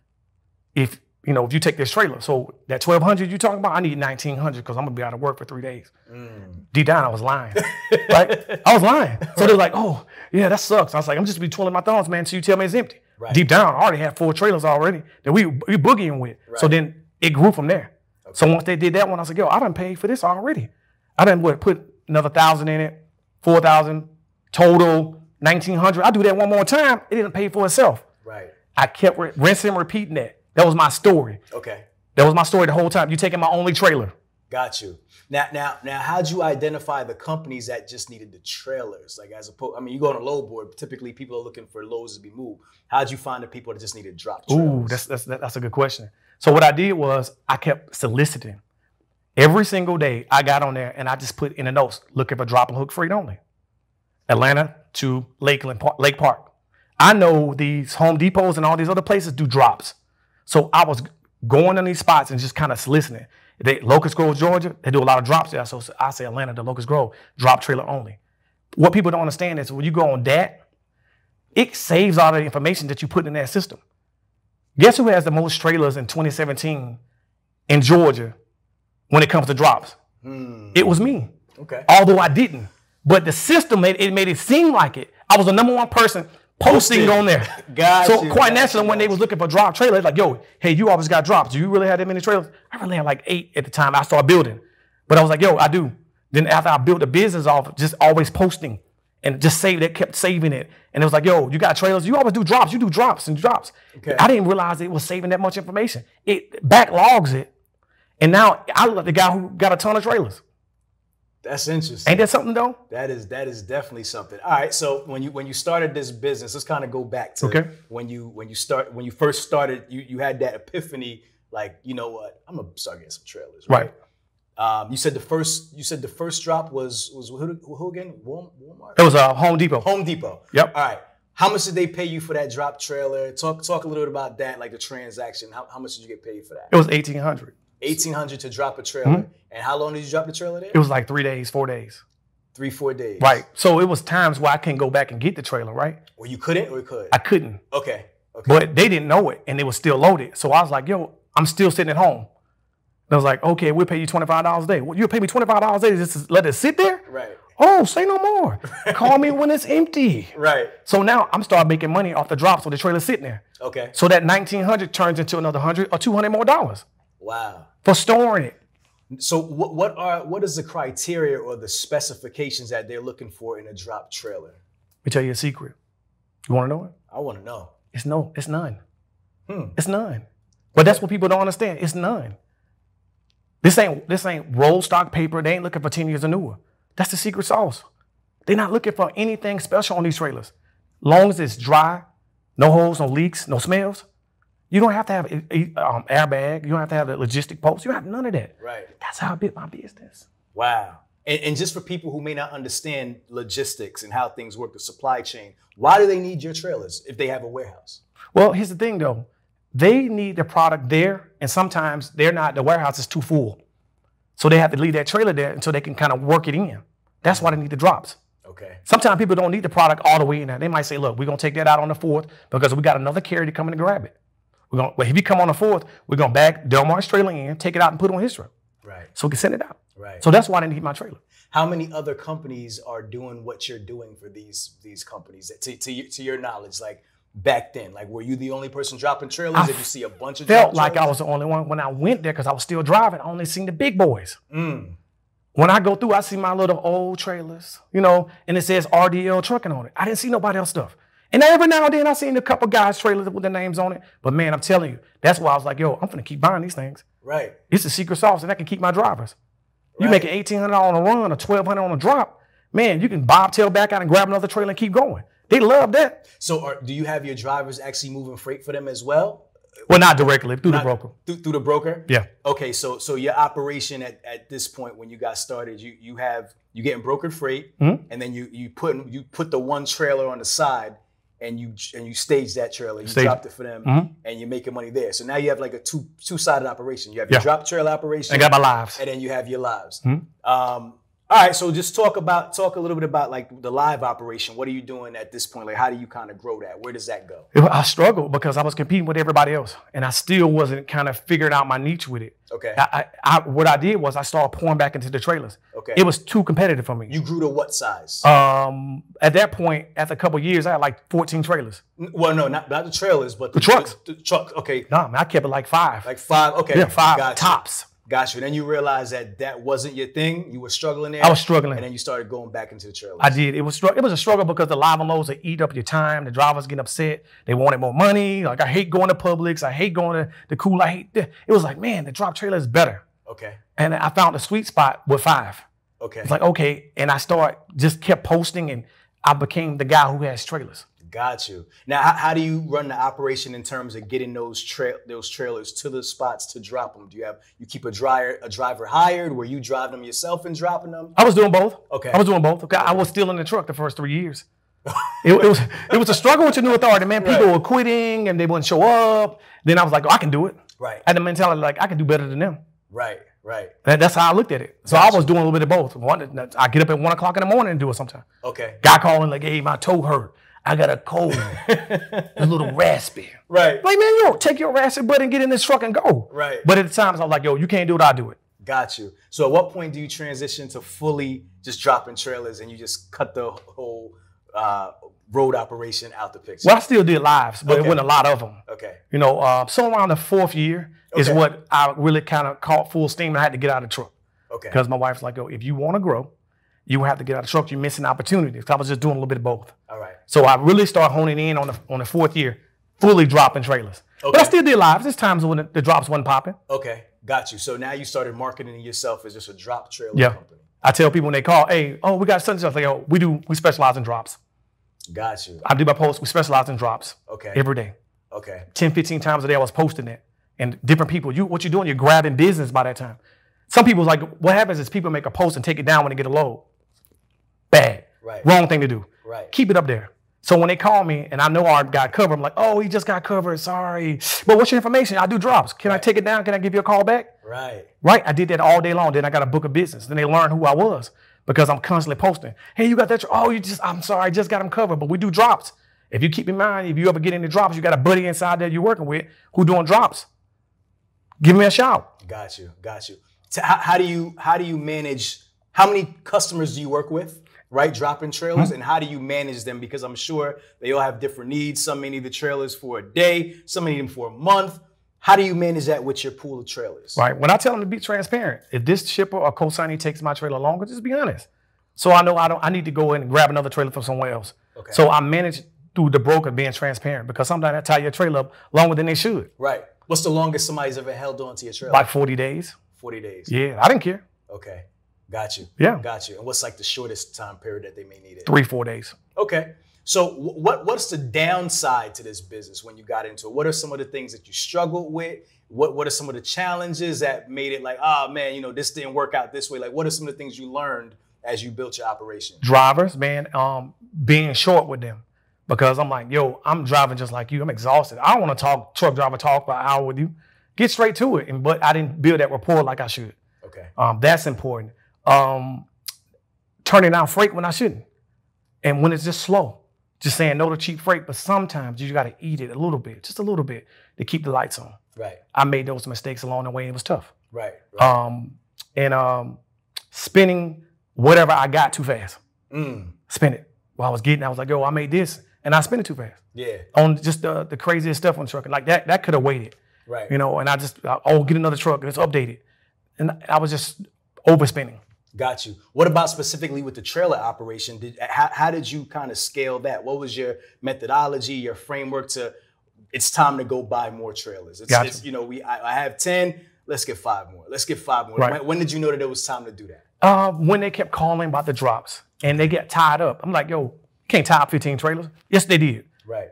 If you know, if you take this trailer, so that 1,200 you talking about, I need 1,900 because I'm gonna be out of work for three days." D down, I was lying. right? I was lying. So they're like, "Oh, yeah, that sucks." I was like, "I'm just be twirling my thumbs, man. So you tell me it's empty."
Right.
Deep down, I already had four trailers already that we we boogieing with. So
Right.
then it grew from there. So once they did that one, I was like, "Yo, I done paid for this already. I done what put another thousand in it, four thousand total, nineteen hundred. I do that one more time, it didn't pay for itself.
Right.
I kept re- rinsing, and repeating that. That was my story.
Okay,
That was my story the whole time. You taking my only trailer.
got you. Now, now, now, how'd you identify the companies that just needed the trailers? Like, as opposed, I mean, you go on a load board. Typically, people are looking for loads to be moved. How'd you find the people that just needed drop trailers?
Ooh, that's, that's that- that's a good question. So what I did was I kept soliciting. Every single day I got on there and I just put in the notes looking for drop and hook freight only. Atlanta to Lakeland Park, Lake Park. I know these Home Depots and all these other places do drops. So I was going on these spots and just kind of soliciting. They, Locust Grove, Georgia, they do a lot of drops there. So I say Atlanta to Locust Grove, drop trailer only. What people don't understand is when you go on that, it saves all the information that you put in that system. Guess who has the most trailers in 2017 in Georgia when it comes to drops? It was me.
Okay.
Although I didn't. But the system made it made it seem like it. I was the number one person posting
Posting.
on there.
Got
so
you,
quite
got
naturally,
you,
when they was looking for drop trailers, like, yo, hey, you always got drops. Do you really have that many trailers? I really had like eight at the time. I started building. But I was like, yo, I do. Then after I built the business off, just always posting and just saved it, kept saving it. And it was like, yo, you got trailers. You always do drops. You do drops and drops.
Okay.
I didn't realize it was saving that much information. It backlogs it. And now I look like the guy who got a ton of trailers.
That's interesting.
Ain't that something though?
That is that is definitely something. All right, so when you when you started this business, let's kind of go back to
Okay.
when you when you start when you first started, you you had that epiphany, like you know what, I'm gonna start getting some trailers, right?
Right.
Um, you said the first you said the first drop was was who, who again? Wal- Walmart,
It was a uh, Home Depot.
Home Depot.
Yep.
All right. How much did they pay you for that drop trailer? Talk talk a little bit about that, like the transaction. How, how much did you get paid for that?
It was eighteen hundred.
Eighteen hundred to drop a trailer, and how long did you drop the trailer there?
Mm-hmm. It was like three days, four days.
Three four days.
Right. So it was times where I couldn't go back and get the trailer. Right.
Or you couldn't, or you could.
I couldn't,
okay. Okay.
but they didn't know it, and it was still loaded. So I was like, "Yo, I'm still sitting at home." And I was like, "Okay, we'll pay you twenty five dollars a day. Well, you'll pay me twenty five dollars a day just to let it sit there."
Right.
Oh, say no more. Call me when it's empty.
Right.
So now I'm starting making money off the drops with the trailer sitting there.
Okay.
So that nineteen hundred turns into another hundred or two hundred more dollars
Wow.
for storing it.
So what what are what is the criteria or the specifications that they're looking for in a drop trailer?
Let me tell you a secret. You want to know it?
I want to know.
It's no, it's none. It's none. But that's what people don't understand. It's none. This ain't this ain't roll stock paper. They ain't looking for 10 years or newer. That's the secret sauce. They're not looking for anything special on these trailers. Long as it's dry, no holes, no leaks, no smells. You don't have to have a- a- um, airbag. You don't have to have the logistic post. You don't have none of that.
Right.
That's how I built my business.
Wow. And, and just for people who may not understand logistics and how things work, the supply chain, why do they need your trailers if they have a warehouse?
Well, here's the thing though. They need the product there, and sometimes they're not, the warehouse is too full. So they have to leave that trailer there until they can kind of work it in. That's why they need the drops.
Okay.
Sometimes people don't need the product all the way in there. They might say, look, we're gonna take that out on the fourth because we got another carrier to come in and grab it. We're gonna well, if you come on the fourth, we're gonna bag Delmar's trailer in, take it out and put it on his truck.
Right.
So we can send it out.
Right.
So that's why they need my trailer.
how many other companies are doing what you're doing for these these companies? That- To, to, your- to your knowledge, like back then, like were you the only person dropping trailers? Did you see a bunch of
felt
drop
like I
trailers?
was the only one when I went there because I was still driving. I only seen the big boys. Mm. When I go through, I see my little old trailers, you know, and it says RDL trucking on it. I didn't see nobody else stuff. And every now and then I seen a couple guys' trailers with their names on it. But man, I'm telling you, that's why I was like, yo, I'm gonna keep buying these things.
right.
It's the secret sauce, and I can keep my drivers. You
Right.
make an eighteen hundred on a run or twelve hundred on a drop, man, you can bobtail back out and grab another trailer and keep going. They love that.
So are, do you have your drivers actually moving freight for them as well?
Well, not directly through the broker.
Through, through the broker?
Yeah.
Okay, so so your operation at, at this point when you got started, you you have you getting brokered freight,
Mm-hmm.
and then you you put you put the one trailer on the side, and you and you stage that trailer, you
Stage- Mm-hmm.
dropped it for them, and you're making money there. So now you have like a two two sided operation. You have your
Yeah.
drop trailer operation,
I got my Mm-hmm. lives.
and then you have your lives. Um, all right, so just talk about talk a little bit about like the live operation. What are you doing at this point? Like, how do you kind of grow that? Where does that go?
It- I struggled because I was competing with everybody else, and I still wasn't kind of figuring out my niche with it.
Okay.
I, I, I what I did was I started pouring back into the trailers.
Okay.
It was too competitive for me.
You grew to what size?
um, at that point, after a couple of years, I had like 14 trailers.
N- Well, no, not, not the trailers, but the,
trucks.
The, the truck. Okay,
Nah, man, I kept it like five.
like five. Okay,
yeah, five
Got you.
tops.
Got you. Then you realized that that wasn't your thing. You were struggling there.
I was struggling.
and then you started going back into the trailers.
I did. It was strugg- it was a struggle because the live and loads they eat up your time. The drivers getting upset. They wanted more money. Like I hate going to Publix. I hate going to the cool. I hate. That. It was like man, the drop trailer is better.
okay,
And I found the sweet spot with five.
okay,
It's like, okay. And I start just kept posting and I became the guy who has trailers.
got you. Now, how, how do you run the operation in terms of getting those tra- those trailers to the spots to drop them? Do you have you keep a dryer a driver hired where you drive them yourself and dropping them?
I was doing both.
Okay.
I was doing both. Okay. I was still in the truck the first three years. it, it was it was a struggle with your new authority, man. People were quitting and they wouldn't show up. Then I was like, oh, I can do it.
Right,
I had the mentality like I can do better than them.
right, right.
That- that's how I looked at it. So I was doing a little bit of both. One, I get up at one o'clock in the morning and do it sometime.
Okay,
Guy calling like, hey, my toe hurt. I got a cold, a little raspy.
right.
Like, man, yo, take your ratchet butt and get in this truck and go.
Right.
But at the times, I was like, yo, you can't do it, I do it.
Got you. So at what point do you transition to fully just dropping trailers and you just cut the whole uh, road operation out the picture?
Well, I still did lives, but
Okay.
it wasn't a lot of them.
Okay.
You know, uh, so around the fourth year is
Okay.
what I really kind of caught full steam and I had to get out of the truck.
Okay.
Because my wife's like, oh, if you want to grow, you have to get out of the truck. You're missing opportunities. I was just doing a little bit of both.
All right.
So I really started honing in on the, on the fourth year, fully dropping trailers. But I
Okay.
still did lives. There's times when the, the drops wasn't popping.
Okay. Got you. So now you started marketing yourself as just a drop trailer
Yeah.
company.
I tell people when they call, hey, oh, we got something. I like, oh, we do, we specialize in drops.
Got you.
I do my posts. We specialize in drops
Okay.
every day.
Okay.
10, 15 times a day I was posting it. And different people, you what you're doing, you're grabbing business by that time. Some people like what happens is people make a post and take it down when they get a load. Bad.
Right.
Wrong thing to do.
Right.
Keep it up there. So when they call me and I know I got covered, I'm like, oh, he just got covered. Sorry. But what's your information? I do drops. Can I take it down? Can I give you a call back?
Right.
Right. I did that all day long. Then I got a book of business. Then they learned who I was because I'm constantly posting. Hey, you got that? tr- Oh, you just, I'm sorry, I just got them covered. But we do drops. If you keep in mind, if you ever get into drops, you got a buddy inside there you're working with who doing drops. Give me a shout.
Got you. Got you. So how, how do you how do you manage how many customers do you work with? Right, dropping trailers,
Hmm?
and how do you manage them? Because I'm sure they all have different needs. Some may need the trailers for a day, some may need them for a month. How do you manage that with your pool of trailers?
Right. When I tell them to be transparent, if this shipper or co-signee takes my trailer longer, just be honest. So I know I don't I need to go in and grab another trailer from somewhere else.
Okay.
So I manage through the broker being transparent because sometimes I tie your trailer up longer than they should.
Right. What's the longest somebody's ever held on to your trailer?
Like 40 days.
40 days.
Yeah, I didn't care.
Okay. Got you.
Yeah.
Got you. And what's like the shortest time period that they may need it?
Three, four days.
Okay. So wh- what what's the downside to this business when you got into it? What are some of the things that you struggled with? What what are some of the challenges that made it like, oh man, you know, this didn't work out this way? Like what are some of the things you learned as you built your operation?
drivers, man, um, being short with them because I'm like, yo, I'm driving just like you. I'm exhausted. I don't want to talk truck driver talk for an hour with you. Get straight to it. And but I didn't build that rapport like I should.
Okay.
Um, that's important. Um, turning down freight when I shouldn't, and when it's just slow, just saying no to cheap freight. But sometimes you got to eat it a little bit, just a little bit, to keep the lights on.
Right.
I made those mistakes along the way, and it was tough.
Right. right.
Um, and um, spending whatever I got too fast
Mm,
spent it. While I was getting, I was like, yo, I made this, and I spent it too fast
yeah.
on just the, the craziest stuff on trucking. Like that, that could have waited,
Right.
you know. And I just, I- oh, get another truck, it's updated, and I was just overspending.
Got you. What about specifically with the trailer operation? Did how, how did you kind of scale that? What was your methodology, your framework to? It's time to go buy more trailers. It's,
Gotcha.
it's you know we I, I have ten. Let's get five more. Let's get five more.
Right.
When, when did you know that it was time to do that?
Uh, when they kept calling about the drops and they get tied up, I'm like, yo, you can't tie up 15 trailers. Yes, they did
Right.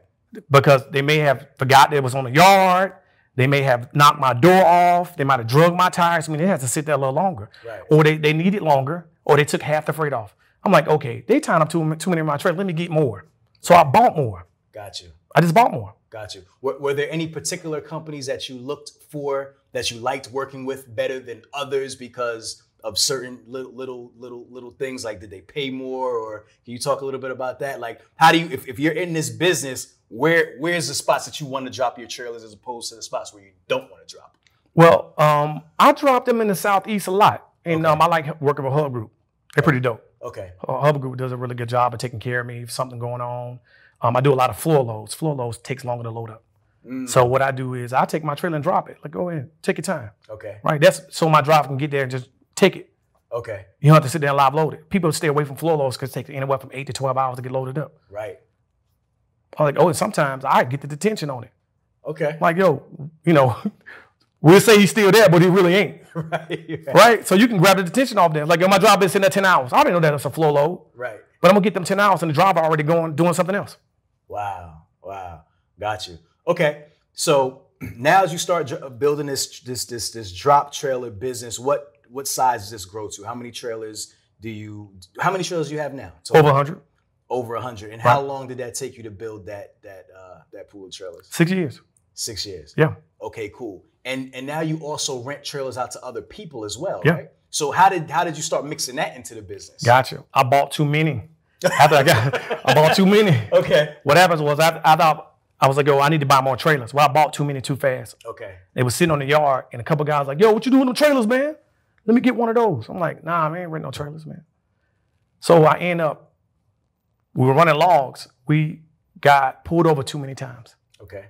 because they may have forgot that it was on the yard. They may have knocked my door off. They might have drug my tires. I mean, they had to sit there a little longer.
Right.
Or they, they needed longer, or they took half the freight off. I'm like, okay, they tied up too, m- too many of my trailers. Let me get more. So I bought more.
Got you.
I just bought more.
Got you. Were, were there any particular companies that you looked for that you liked working with better than others because of certain little little little little things? Like, did they pay more, or can you talk a little bit about that? Like, how do you if, if you're in this business, where where's the spots that you want to drop your trailers as opposed to the spots where you don't want to drop?
Well, um, I dropped them in the Southeast a lot. And um, I like working with Hub Group. They're pretty dope.
Okay,
Uh, Hub Group does a really good job of taking care of me if something going on. Um, I do a lot of floor loads. Floor loads takes longer to load up. So what I do is I take my trailer and drop it. Like go in, take your time.
okay,
Right. That's so my driver can get there and just take it.
okay,
You don't have to sit there and live load it. People stay away from floor loads because it takes anywhere from eight to twelve hours to get loaded up.
right,
I'm like, oh, and sometimes I get the detention on it.
okay,
Like, yo, you know, we'll say he's still there, but he really ain't.
right,
Right? So you can grab the detention off there. Like, yo, my driver been sitting there 10 hours. I didn't know that it's a floor load.
right.
But I'm gonna get them 10 hours and the driver already going doing something else.
Wow, wow, got you. Okay, so now as you start dr- uh, building this this this this drop trailer business, what what size does this grow to? How many trailers do you? How many trailers do you have now? Total?
Over 100.
Over a hundred. And how long did that take you to build that that uh, that pool of trailers?
Six years.
Six years.
Yeah.
Okay, cool. And and now you also rent trailers out to other people as well,
Yeah.
right? So how did how did you start mixing that into the business?
Gotcha. I bought too many. After I got I bought too many.
Okay.
What happens was I, I thought I was like, yo, I need to buy more trailers. Well, I bought too many too fast.
Okay.
They was sitting on the yard, and a couple guys like, yo, what you doing with them trailers, man? Let me get one of those. I'm like, nah, man, ain't renting no tournaments, man. So I end up, we were running logs. We got pulled over too many times.
Okay.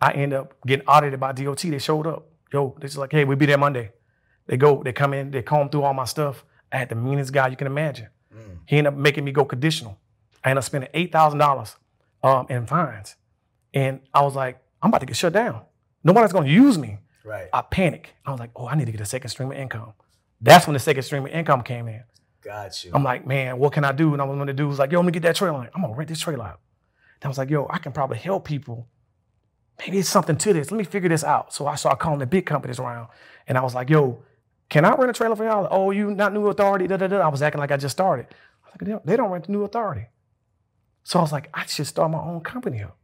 I end up getting audited by DOT. They showed up. Yo, they just like, hey, we'll be there Monday. They go, they come in, they comb through all my stuff. I had the meanest guy you can imagine. He ended up making me go conditional. I ended up spending eight thousand dollars um, in fines, and I was like, I'm about to get shut down. Nobody's gonna use me.
Right.
I panicked. I was like, oh, I need to get a second stream of income. That's when the second stream of income came in.
Got you.
I'm like, man, what can I do? And I was gonna do was like, yo, let me get that trailer. I'm like, I'm gonna rent this trailer out. And I was like, yo, I can probably help people. Maybe it's something to this. Let me figure this out. So I started calling the big companies around and I was like, yo, can I rent a trailer for y'all? Oh, you not new authority. Da, da, da. I was acting like I just started. I was like, they don't, they don't rent the new authority. So I was like, I should start my own company up.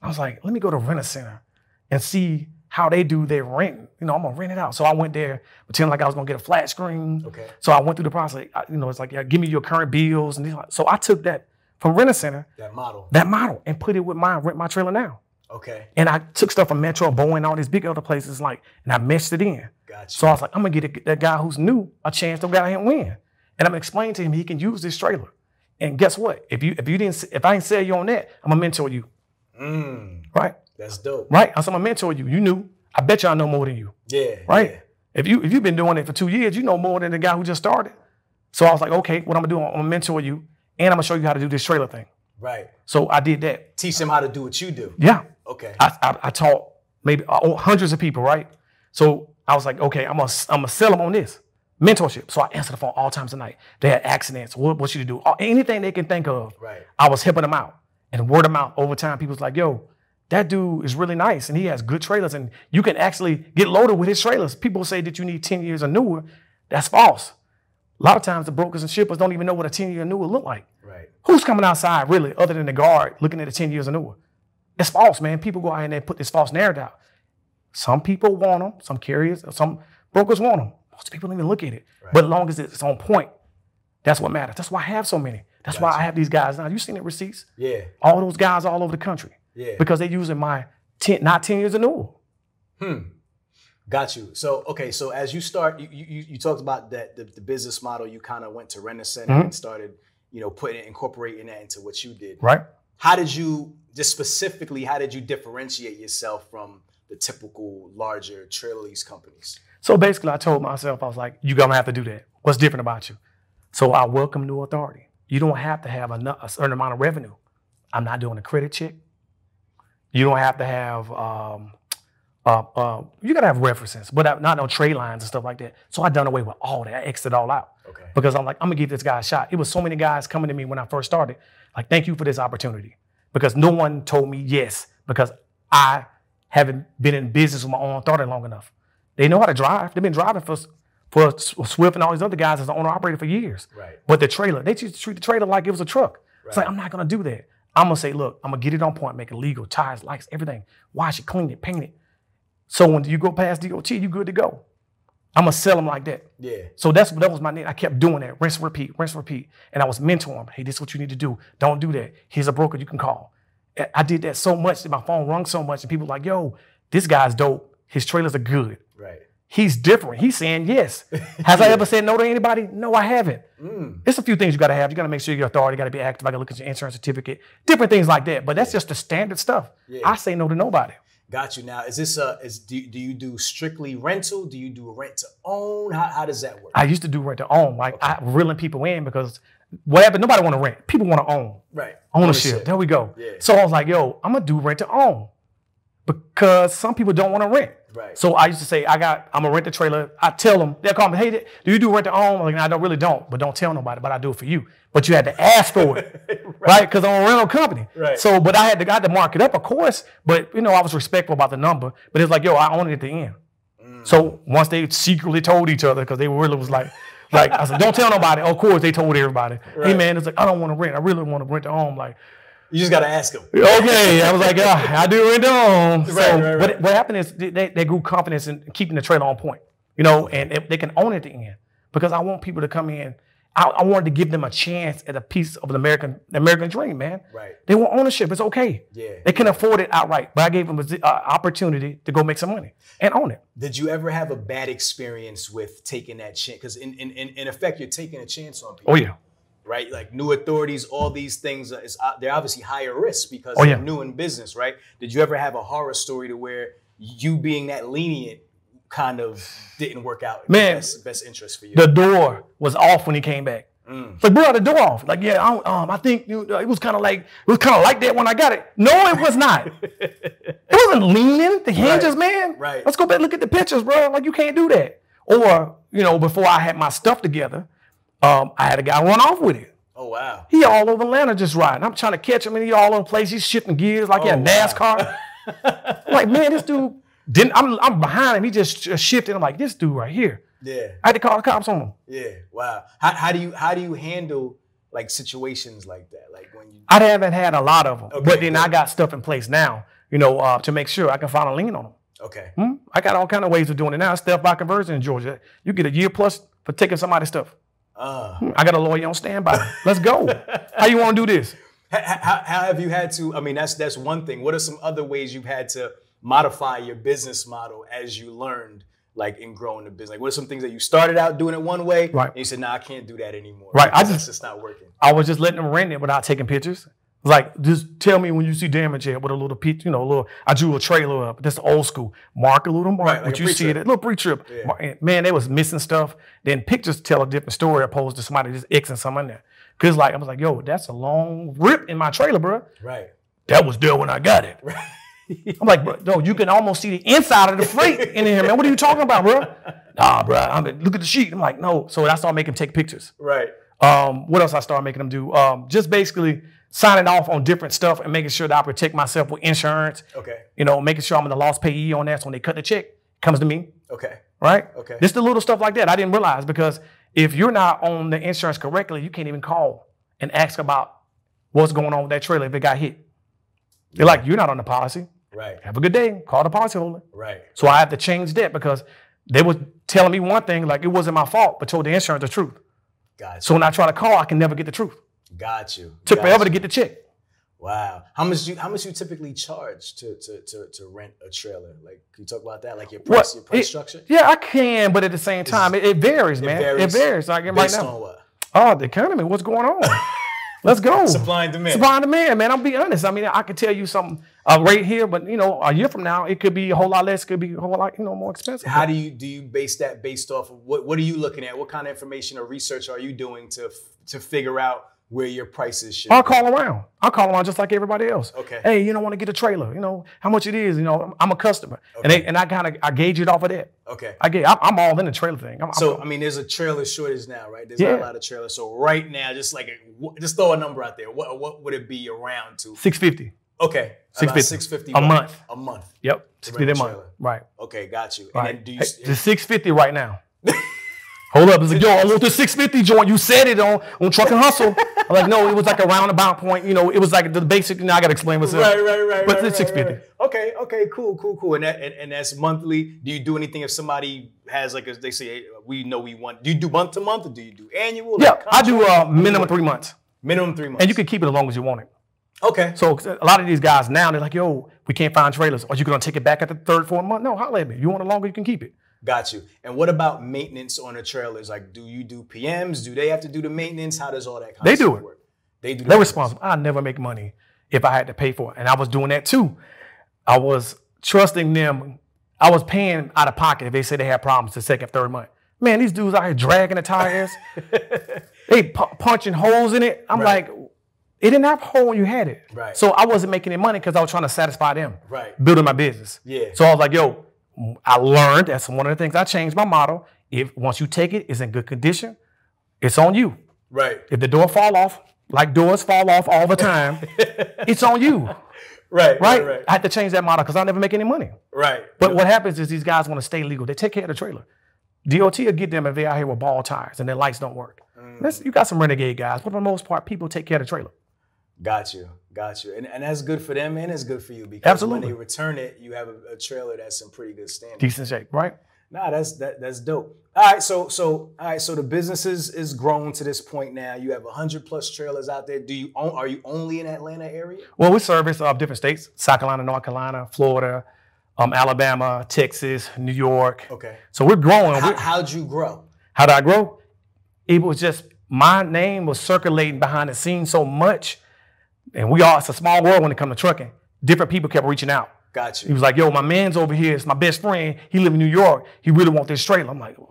I was like, let me go to Rent a Center and see how they do their rent. You know, I'm gonna rent it out. So I went there pretending like I was gonna get a flat screen.
Okay.
So I went through the process. I- you know, it's like, yeah, give me your current bills. And these- so I took that from Rent a Center,
that model.
that model, and put it with my rent my trailer now.
Okay.
And I took stuff from Metro, Boeing, all these big other places, like, and I meshed it in.
Got you.
So I was like, I'm gonna get a- that guy who's new a chance to go out here and win. And I'm explaining to him he can use this trailer. And guess what? If you if you didn't if I didn't sell you on that, I'm gonna mentor you. Right?
Mm, That's dope.
Right? I said, I'm gonna mentor you. You knew. I bet you I know more than you.
Yeah.
Right?
yeah.
If you if you've been doing it for two years, you know more than the guy who just started. So I was like, okay, what I'm gonna do, I'm gonna mentor you and I'm gonna show you how to do this trailer thing.
Right.
So I did that.
Teach them how to do what you do.
Yeah.
Okay.
I, I, I taught maybe uh, oh, hundreds of people, right? So I was like, okay, I'm gonna I'm gonna sell them on this mentorship. So I answered the phone all times of night. They had accidents. What what should you do? All- Anything they can think of.
Right.
I was helping them out, and word of mouth over time. People's like, yo, that dude is really nice, and he has good trailers, and you can actually get loaded with his trailers. People say that you need ten years or newer. That's false. A lot of times the brokers and shippers don't even know what a ten year newer look like.
Right.
Who's coming outside really, other than the guard looking at the 10 years and newer? It's false, man. People go out and they put this false narrative out. Some people want them, some carriers, some brokers want them. Most people don't even look at it. But as long as it's on point, that's what matters. That's why I have so many. That's why I have these guys now. You seen the receipts?
Yeah.
All those guys all over the country.
Yeah.
Because they're using my 10, not 10 years and newer.
Hmm, Got you. So okay. So as you start, you you, you- you talked about that the, the business model. You kind of went to Renaissance
Mm-hmm.
and started, you know, putting incorporating that into what you did.
Right?
How did you just specifically? How did you differentiate yourself from the typical larger trailer lease companies?
So basically, I told myself, I was like, you're gonna have to do that. What's different about you? So I welcome new authority. You don't have to have enough, a certain amount of revenue. I'm not doing a credit check. You don't have to have, um, uh, uh, you gotta have references, but I- not no trade lines and stuff like that. So I done away with all that. I X'd it all out.
Okay.
Because I'm like, I'm gonna give this guy a shot. It was so many guys coming to me when I first started, like, thank you for this opportunity. Because no one told me yes, because I haven't been in business with my own authority long enough. They know how to drive. They've been driving for for Swift and all these other guys as an owner operator for years.
Right.
But the trailer, they just treat the trailer like it was a truck. It's like I'm not gonna do that. I'm gonna say, look, I'm gonna get it on point, make it legal, tires, lights, everything. Wash it, clean it, paint it. So when you go past DOT, you good to go. I'm gonna sell them like that.
Yeah.
So that's that was my name. I kept doing that, rinse, repeat, rinse, repeat. And I was mentoring. Hey, this is what you need to do. Don't do that. Here's a broker you can call. And I did that so much that my phone rung so much, and people were like, yo, this guy's dope. His trailers are good.
Right.
He's different. He's saying yes. Has I ever said no to anybody? No, I haven't. It's a few things you got to have. You got to make sure your authority got to be active. I got to look at your insurance certificate, different things like that. But that's just the standard stuff. I say no to nobody.
Got you. Now, is this a is do, do you do strictly rental? Do you do rent to own? How, how does that work?
I used to do rent to own, like I reeling people in because whatever. Nobody want to rent. People want to own.
right.
Ownership. There we go.
Yeah.
So I was like, yo, I'm gonna do rent to own because some people don't want to rent.
Right.
So I used to say, I got, I'm gonna rent the trailer. I tell them, they'll call me, hey, do you do rent to own? I'm like, no, I don't really don't, but don't tell nobody, but I do it for you. But you had to ask for it, right? Because I'm a rental company.
Right.
So, but I had to, I had to mark it up, of course, but you know, I was respectful about the number, but it's like, yo, I own it at the end.
Mm.
So once they secretly told each other, because they really was like, like I said, don't tell nobody. Of course, they told everybody. Hey man, it's like I don't want to rent. I really want to rent the home. Like
You just gotta ask them.
okay, I was like, ah, I do rent the home. So,
Right, right, right.
But what happened is they, they they grew confidence in keeping the trailer on point, you know, and they, they can own it at the end because I want people to come in I, I wanted to give them a chance at a piece of the American the American dream, man.
Right.
They want ownership. It's okay.
Yeah.
They can afford it outright, but I gave them an opportunity to go make some money and own it.
Did you ever have a bad experience with taking that chance? Because in, in, in, in effect, you're taking a chance on people,
Oh yeah.
right? Like new authorities, all these things, uh, is, uh, they're obviously higher risk because
Oh,
they're
yeah.
new in business, right? Did you ever have a horror story to where you being that lenient kind of didn't work out in
Man.
the best, best interest for you?
the door was off when he came back.
Mm.
It's like, bro, the door off. Like, yeah, I don't, um, I think you know, it was kind of like it was kind of like that when I got it. No, it was not. it wasn't leaning. The hinges, man.
right.
Let's go back and look at the pictures, bro. Like, you can't do that. Or you know, before I had my stuff together, um, I had a guy run off with it.
oh, wow.
He all over Atlanta just riding. I'm trying to catch him, and he all over the place. He's shifting gears like he a
wow.
NASCAR. I'm like, man, this dude didn't. I'm, I'm behind him. He just sh- shifted. I'm like, this dude right here.
Yeah.
I had to call the cops on him.
Yeah. Wow. How, how do you how do you handle like situations like that? Like when you
I haven't had a lot of them, but then I
good.
got stuff in place now, you know, uh, to make sure I can find a lien on them.
okay.
Hmm? I got all kind of ways of doing it now. It's Theft by conversion in Georgia. You get a year plus for taking somebody's stuff.
Uh,
Hmm, I got a lawyer on standby. Let's go. How you want to do this?
how, how, how have you had to? I mean, that's that's one thing. What are some other ways you've had to modify your business model as you learned, like in growing the business? Like, what are some things that you started out doing it one way,
Right.
And you said, "Nah, I can't do that anymore.
Right, I
because
just-
that's just not working."
I was just letting them rent it without taking pictures. Like, just tell me when you see damage here with a little, pic- you know, a little. I drew a trailer up. That's old school. Mark a little mark.
Right, like
what
a
you see
pre-trip.
it, little pre-trip. Mar- and Man, they was missing stuff. Then pictures tell a different story opposed to somebody just xing something in there. Cause like I was like, yo, that's a long rip in my trailer, bro.
Right.
That was there when I got it. I'm like, bro, no, you can almost see the inside of the freight in here, man. What are you talking about, bro? Nah, bro. I'm like, look at the sheet. I'm like, no. So I started making take pictures.
Right.
Um, what else I started making them do? Um, just basically signing off on different stuff and making sure that I protect myself with insurance.
Okay.
You know, making sure I'm the lost payee on that. So when they cut the check, it comes to me,
Okay.
right?
Okay.
Just the little stuff like that. I didn't realize because if you're not on the insurance correctly, you can't even call and ask about what's going on with that trailer if it got hit. They're like, you're not on the policy.
Right.
Have a good day. Call the policyholder.
Right.
So I have to change that because they were telling me one thing, like it wasn't my fault, but told the insurance the truth.
Got
So when I try to call, I can never get the truth.
you. Got you.
Took
Got you.
forever to get the check.
Wow. How much you how much you typically charge to to to, to rent a trailer? Like can you talk about that? Like your price, your price
It-
structure?
Yeah, I can, but at the same time, it, it varies, man.
varies
It varies. Like right
Based
now,
on what?
oh, the economy, what's going on? Let's go.
Supply and demand.
Supply and demand, man. I'll be honest. I mean, I could tell you something uh, right here, but you know, a year from now, it could be a whole lot less. Could be a whole lot, you know, more expensive.
How do you do you base that based off of what what are you looking at? What kind of information or research are you doing to f- to figure out where your prices should
I'll call around. I'll call around just like everybody else.
Okay.
Hey, you don't want to get a trailer? You know how much it is? You know, I'm, I'm a customer, and they, and I kind of I gauge it off of that.
Okay.
I get. I'm, I'm all in the trailer thing. I'm,
So
I'm,
I mean, there's a trailer shortage now, right? There's not
Yeah.
a lot of trailers. So right now, just like a, wh- just throw a number out there. What what would it be around to?
six fifty.
Okay,
$6.50.
six fifty
A month.
A month.
Yep. Six
rent
fifty a
a
month.
trailer.
Right.
Okay, got you. And then
Right.
do you?
Hey,
s-
the 650 right now. Hold up. It's like, yo, I want the 650 joint. You said it on, on Truck and Hustle. I'm like, no, it was like a roundabout point. You know, it was like the basic, you know, I got to explain what's up.
Right, right, right.
But
right,
it's
right,
650.
right. Okay, okay, cool, cool, cool. And that and, and that's monthly. Do you do anything if somebody has like a, they say hey, we know we want? Do you do month to month or do you do annual? like
Yeah, I do
contract?
uh, minimum three months.
minimum three months.
And you can keep it as long as you want it.
okay,
So a lot of these guys now, they're like, yo, we can't find trailers. Are you going to take it back at the third, fourth month? No, holla at me. You want it longer, you can keep it.
got you. And what about maintenance on the trailers? Like, do you do PMs? Do they have to do the maintenance? How does all that? Concept
do it.
Work? They do. The
They're
maintenance.
responsible. I never make money if I had to pay for it. And I was doing that too. I was trusting them. I was paying out of pocket if they said they had problems the second, third month. Man, these dudes out here dragging the tires. they pu- punching holes in it. I'm
Right.
like, it didn't have a hole when you had it.
Right.
So I wasn't making any money because I was trying to satisfy them.
Right.
Building my business.
Yeah.
So I was like, yo, I learned that's one of the things I changed my model. If once you take it, it's in good condition, it's on you.
Right.
If the door fall off, like doors fall off all the time, it's on you, right?
Right. Right. Right.
I had to change that model because I never make any money.
right.
But what happens is these guys want to stay legal. They take care of the trailer. DOT will get them if they out here with ball tires and their lights don't work.
Mm.
That's- you got some renegade guys, but for the most part, people take care of the trailer.
Got you, got you, and, and that's good for them, and it's good for you because when
Absolutely.
they return it, you have a, a trailer that's in pretty good standing.
Decent shape, right?
Nah, that's that, that's dope. All right, so so all right, so the business is, is grown to this point now. You have hundred plus trailers out there. Do you own, are you only in Atlanta area?
Well, we service uh, different states: South Carolina, North Carolina, Florida, um, Alabama, Texas, New York.
Okay.
So we're growing.
How,
We're-
how'd you grow?
how did I grow? It was just my name was circulating behind the scenes so much, and we all it's a small world when it comes to trucking. Different people kept reaching out.
Got
He
you.
was like, "Yo, my man's over here. It's my best friend. He live in New York. He really want this trailer." I'm like, "Ugh,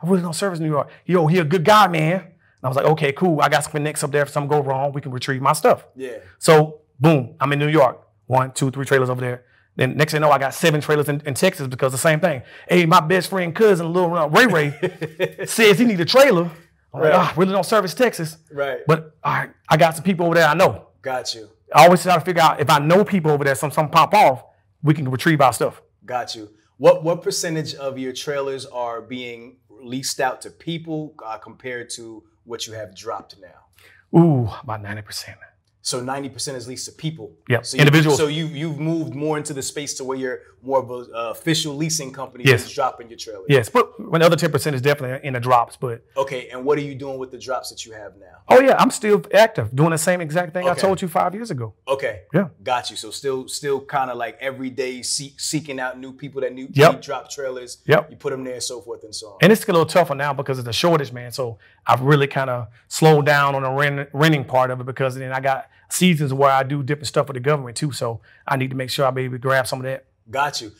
"I really don't service New York." Yo, he a good guy, man. And I was like, "Okay, cool. I got some connects up there. If something go wrong, we can retrieve my stuff."
Yeah.
So boom, I'm in New York. One, two, three trailers over there. Then next thing I know, I got seven trailers in, in Texas because the same thing. Hey, my best friend, cousin, little uh, Ray Ray says he need a trailer. I'm
Right.
like, ah, really don't service Texas.
Right.
But all right, I got some people over there I know.
Got you.
I always try to figure out if I know people over there, some some pop off, we can retrieve our stuff.
Got you. What what percentage of your trailers are being leased out to people uh, compared to what you have dropped now?
Ooh, about ninety percent.
So ninety percent is leased to people.
Yep,
So you,
individuals.
So you you've moved more into the space to where you're more of a uh, official leasing company
Yes.
that's dropping your trailers.
Yes, but when the other ten percent is definitely in the drops. But
Okay. And what are you doing with the drops that you have now?
oh yeah, I'm still active, doing the same exact thing I
Okay.
told you five years ago.
Okay.
Yeah.
Got you. So still still kind of like every day seek, seeking out new people that new
Yep.
new drop trailers.
Yep.
You put them there, so forth and so on.
And it's a little tougher now because of the shortage, man. So I've really kind of slowed down on the rent, renting part of it because then I got seasons where I do different stuff with the government too. So I need to make sure I be able to grab some of that.
Got you.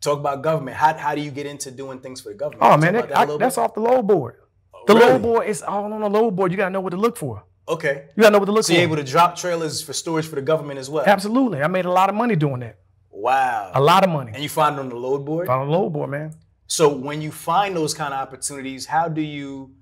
Talk about government. How, how do you get into doing things for the government?
Oh
Talk
man,
about
that,
a
I-
little
that's
bit. Oh,
off the low board. The
really?
low board is all on the low board. You gotta know what to look for.
Okay.
You gotta know what to look
So
for.
you're able to drop trailers for storage for the government as well.
Absolutely, I made a lot of money doing that. A
Wow.
lot of money
And you find it on the load board.
on the low board, man.
So when you find those kind of opportunities, how do you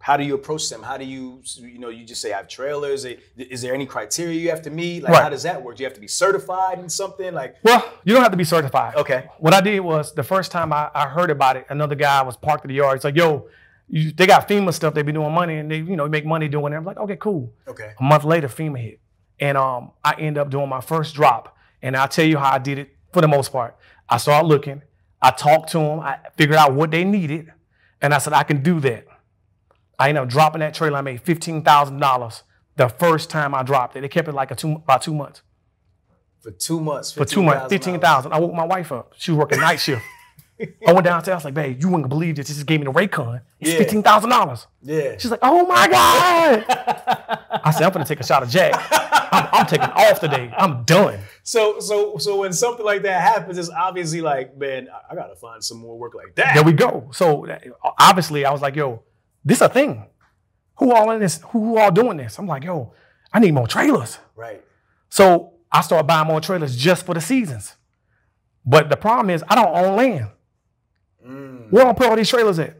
how do you approach them? How do you you know you just say I have trailers? Is there any criteria you have to meet? Like
Right.
how does that work? Do you have to be certified in something? Like
Well, you don't have to be certified.
Okay.
What I did was the first time I, I heard about it, another guy was parked in the yard. He's like, yo, you, they got FEMA stuff. They be doing money and they, you know, make money doing it. I'm like, okay, cool.
okay,
A month later, FEMA hit. And um, I end up doing my first drop. And I'll tell you how I did it for the most part. I started looking, I talked to them, I figured out what they needed, and I said, I can do that. I ended up dropping that trailer. I made $15,000 the first time I dropped it. They kept it like a two, about two months
for two months,
for two months, fifteen thousand. I woke my wife up. She was working night shift. I went downstairs. I was like, "Babe, you wouldn't believe this. She just gave me the Raycon. It's
Yeah.
fifteen thousand dollars."
Yeah.
She's like, "Oh my god!" I said, "I'm gonna take a shot of Jack. I'm, I'm taking off today. I'm done."
So so so when something like that happens, it's obviously like man, I, I gotta find some more work like that.
There we go. So uh, obviously, I was like, "Yo, this a thing. Who all in this? Who, who all doing this?" I'm like, "Yo, I need more trailers."
right.
So I started buying more trailers just for the seasons. But the problem is, I don't own land. Where am I put all these trailers at?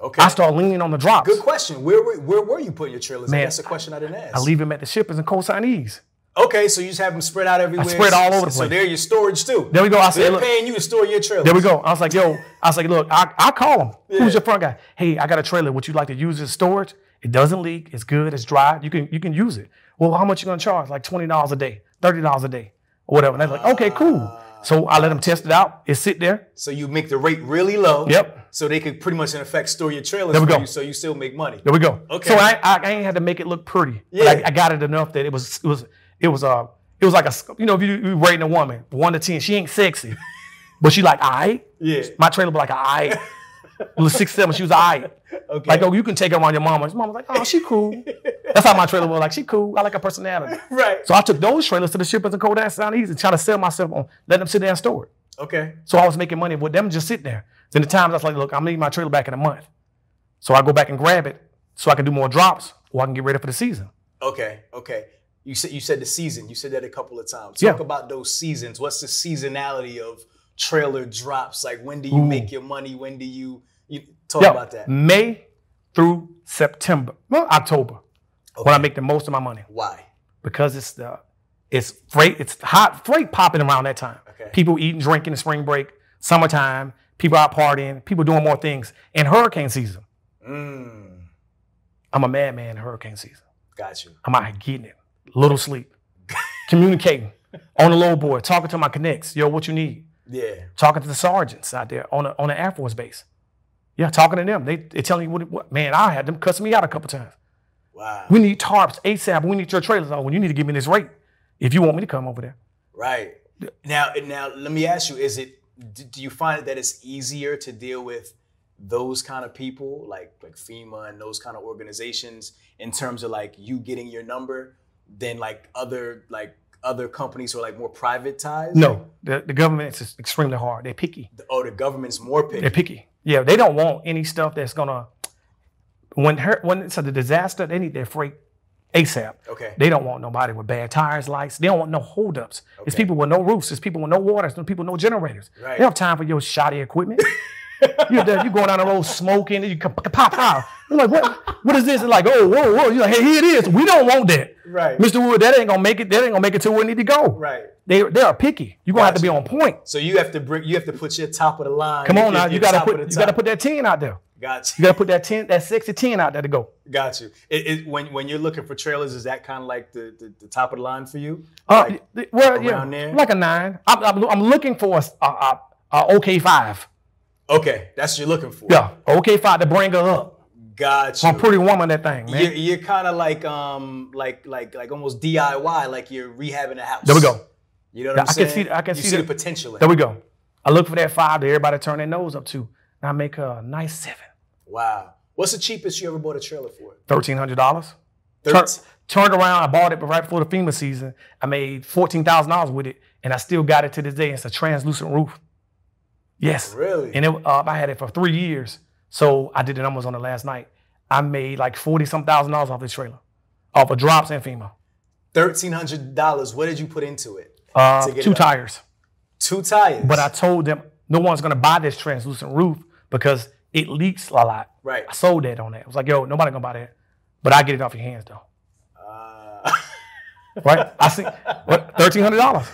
Okay.
I start leaning on the drops.
Good question. Where were, where were you putting your trailers?
Man,
That's a question I didn't ask.
I leave them at the shippers and co-signees.
Okay, so you just have them spread out everywhere.
spread all over the
So
place.
they're your storage too.
There we go. I
So
said,
they're
look-
paying you to store your trailers.
There we go. I was like, yo, I was like, look, I, I call them. Who's your front guy? Hey, I got a trailer. Would you like to use it as storage? It doesn't leak. It's good. It's dry. You can you can use it. Well, how much you gonna charge? Like twenty dollars a day, thirty dollars a day, or whatever. And they're like, okay, cool. So I let them test it out. It sit there.
So you make the rate really low.
Yep.
So they could pretty much in effect store your trailers
we
for
go.
you, so you still make money.
There we go.
Okay.
So I, I, I ain't had to make it look pretty. But
Yeah.
I, I got it enough that it was it was it was uh it was like a s- you know if you, you rating a woman one to ten she ain't sexy, but she like all right.
Yeah.
My trailer be like all right. It was six seven. She was all right.
Okay.
Like oh you can take her around your mama. His mama was like oh she cool. That's how my trailer was like she cool. I like her personality.
Right.
So I took those trailers to the shippers and Kodak Sound East and try to sell myself on let them sit there and store it.
okay.
So I was making money with them just sitting there. Then the times I was like, look, I'm gonna need my trailer back in a month. So I go back and grab it so I can do more drops or I can get ready for the season.
Okay. Okay. You said you said the season. You said that a couple of times. Talk
Yeah.
about those seasons. What's the seasonality of trailer drops? Like when do you make your money? When do you you talk
Yeah,
about that?
May through September, well, October, when I make the most of my money
Why?
because it's the it's freight, it's hot freight popping around that time.
Okay.
People eating, drinking in spring break, summertime, people out partying, people doing more things, and hurricane season. I'm a madman in hurricane season.
Mm, Got you.
I'm out here getting it. Little sleep. Communicating on the low board, talking to my connects. Yo, what you need?
Yeah.
talking to the sergeants out there on a, on an Air Force base. Yeah, talking to them. They they telling you what, what man, I had them cussing me out a couple times.
Wow.
We need tarps ASAP. We need your trailers. Oh, well, you need to give me this rate if you want me to come over there.
Right. Now, now, let me ask you: Is it? d- Do you find that it's easier to deal with those kind of people, like like FEMA and those kind of organizations, in terms of like you getting your number, than like other like other companies who are like more private ties?
No, the, the government is extremely hard. They're picky.
Oh, the government's more picky.
They're picky. Yeah, they don't want any stuff that's gonna when her when it's a disaster, they need their freight ASAP.
Okay.
They don't want nobody with bad tires, lights. They don't want no holdups. It's people with no roofs. It's people with no water. It's no people with no generators.
Right.
They don't have time for your shoddy equipment. you're, there, you're going down the road smoking and you can pop out. You're like, what? What is this? It's like, oh, whoa, whoa. You're like, hey, here it is. We don't want that.
Right.
Mr. Wood, that ain't gonna make it. That ain't gonna make it to where it need to go.
Right.
They they are picky. You're gonna have to be on point.
So you have to bring, you have to put your top of the line.
Come on now,
You're
you gotta
top
put
of the
you gotta
top.
put that ten out there.
Got
You
you.
gotta put that ten, that sexy ten out there to go.
Got you. It, it, when when you're looking for trailers, is that kind of like the, the the top of the line for you?
Uh,
Like-
y- well, yeah,
around there?
like a nine. I'm, I'm, I'm looking for a, s- a- a- a OK five.
okay, that's what you're looking for.
Yeah, OK five to bring her up.
Got you.
I'm pretty woman that thing, man.
You're, you're kind of like um like like like almost DIY, like you're rehabbing a house.
There we go.
You know what I'm
Yeah, I can
saying?
see- I can
you
see
see the
the-
potential. In
There
it.
we go. I look for that five that everybody turn their nose up to, and I make her a nice seven.
Wow. What's the cheapest you ever bought a trailer for?
Thirteen hundred dollars.
Thir-
Turned around, I bought it, but right before the FEMA season, I made fourteen thousand dollars with it, and I still got it to this day. It's a translucent roof. Yes.
Really?
And it, uh, I had it for three years, so I did the numbers on it last night. I made like forty some thousand dollars off this trailer, off of drops and FEMA.
Thirteen hundred dollars. What did you put into it?
Uh,
To get
two
it up.
tires.
Two tires.
But I told them no one's gonna buy this translucent roof because it leaks a lot.
Right.
I sold that on that. I was like, yo, nobody gonna buy that. But I get it off your hands though.
Uh,
Right? I see what thirteen hundred dollars.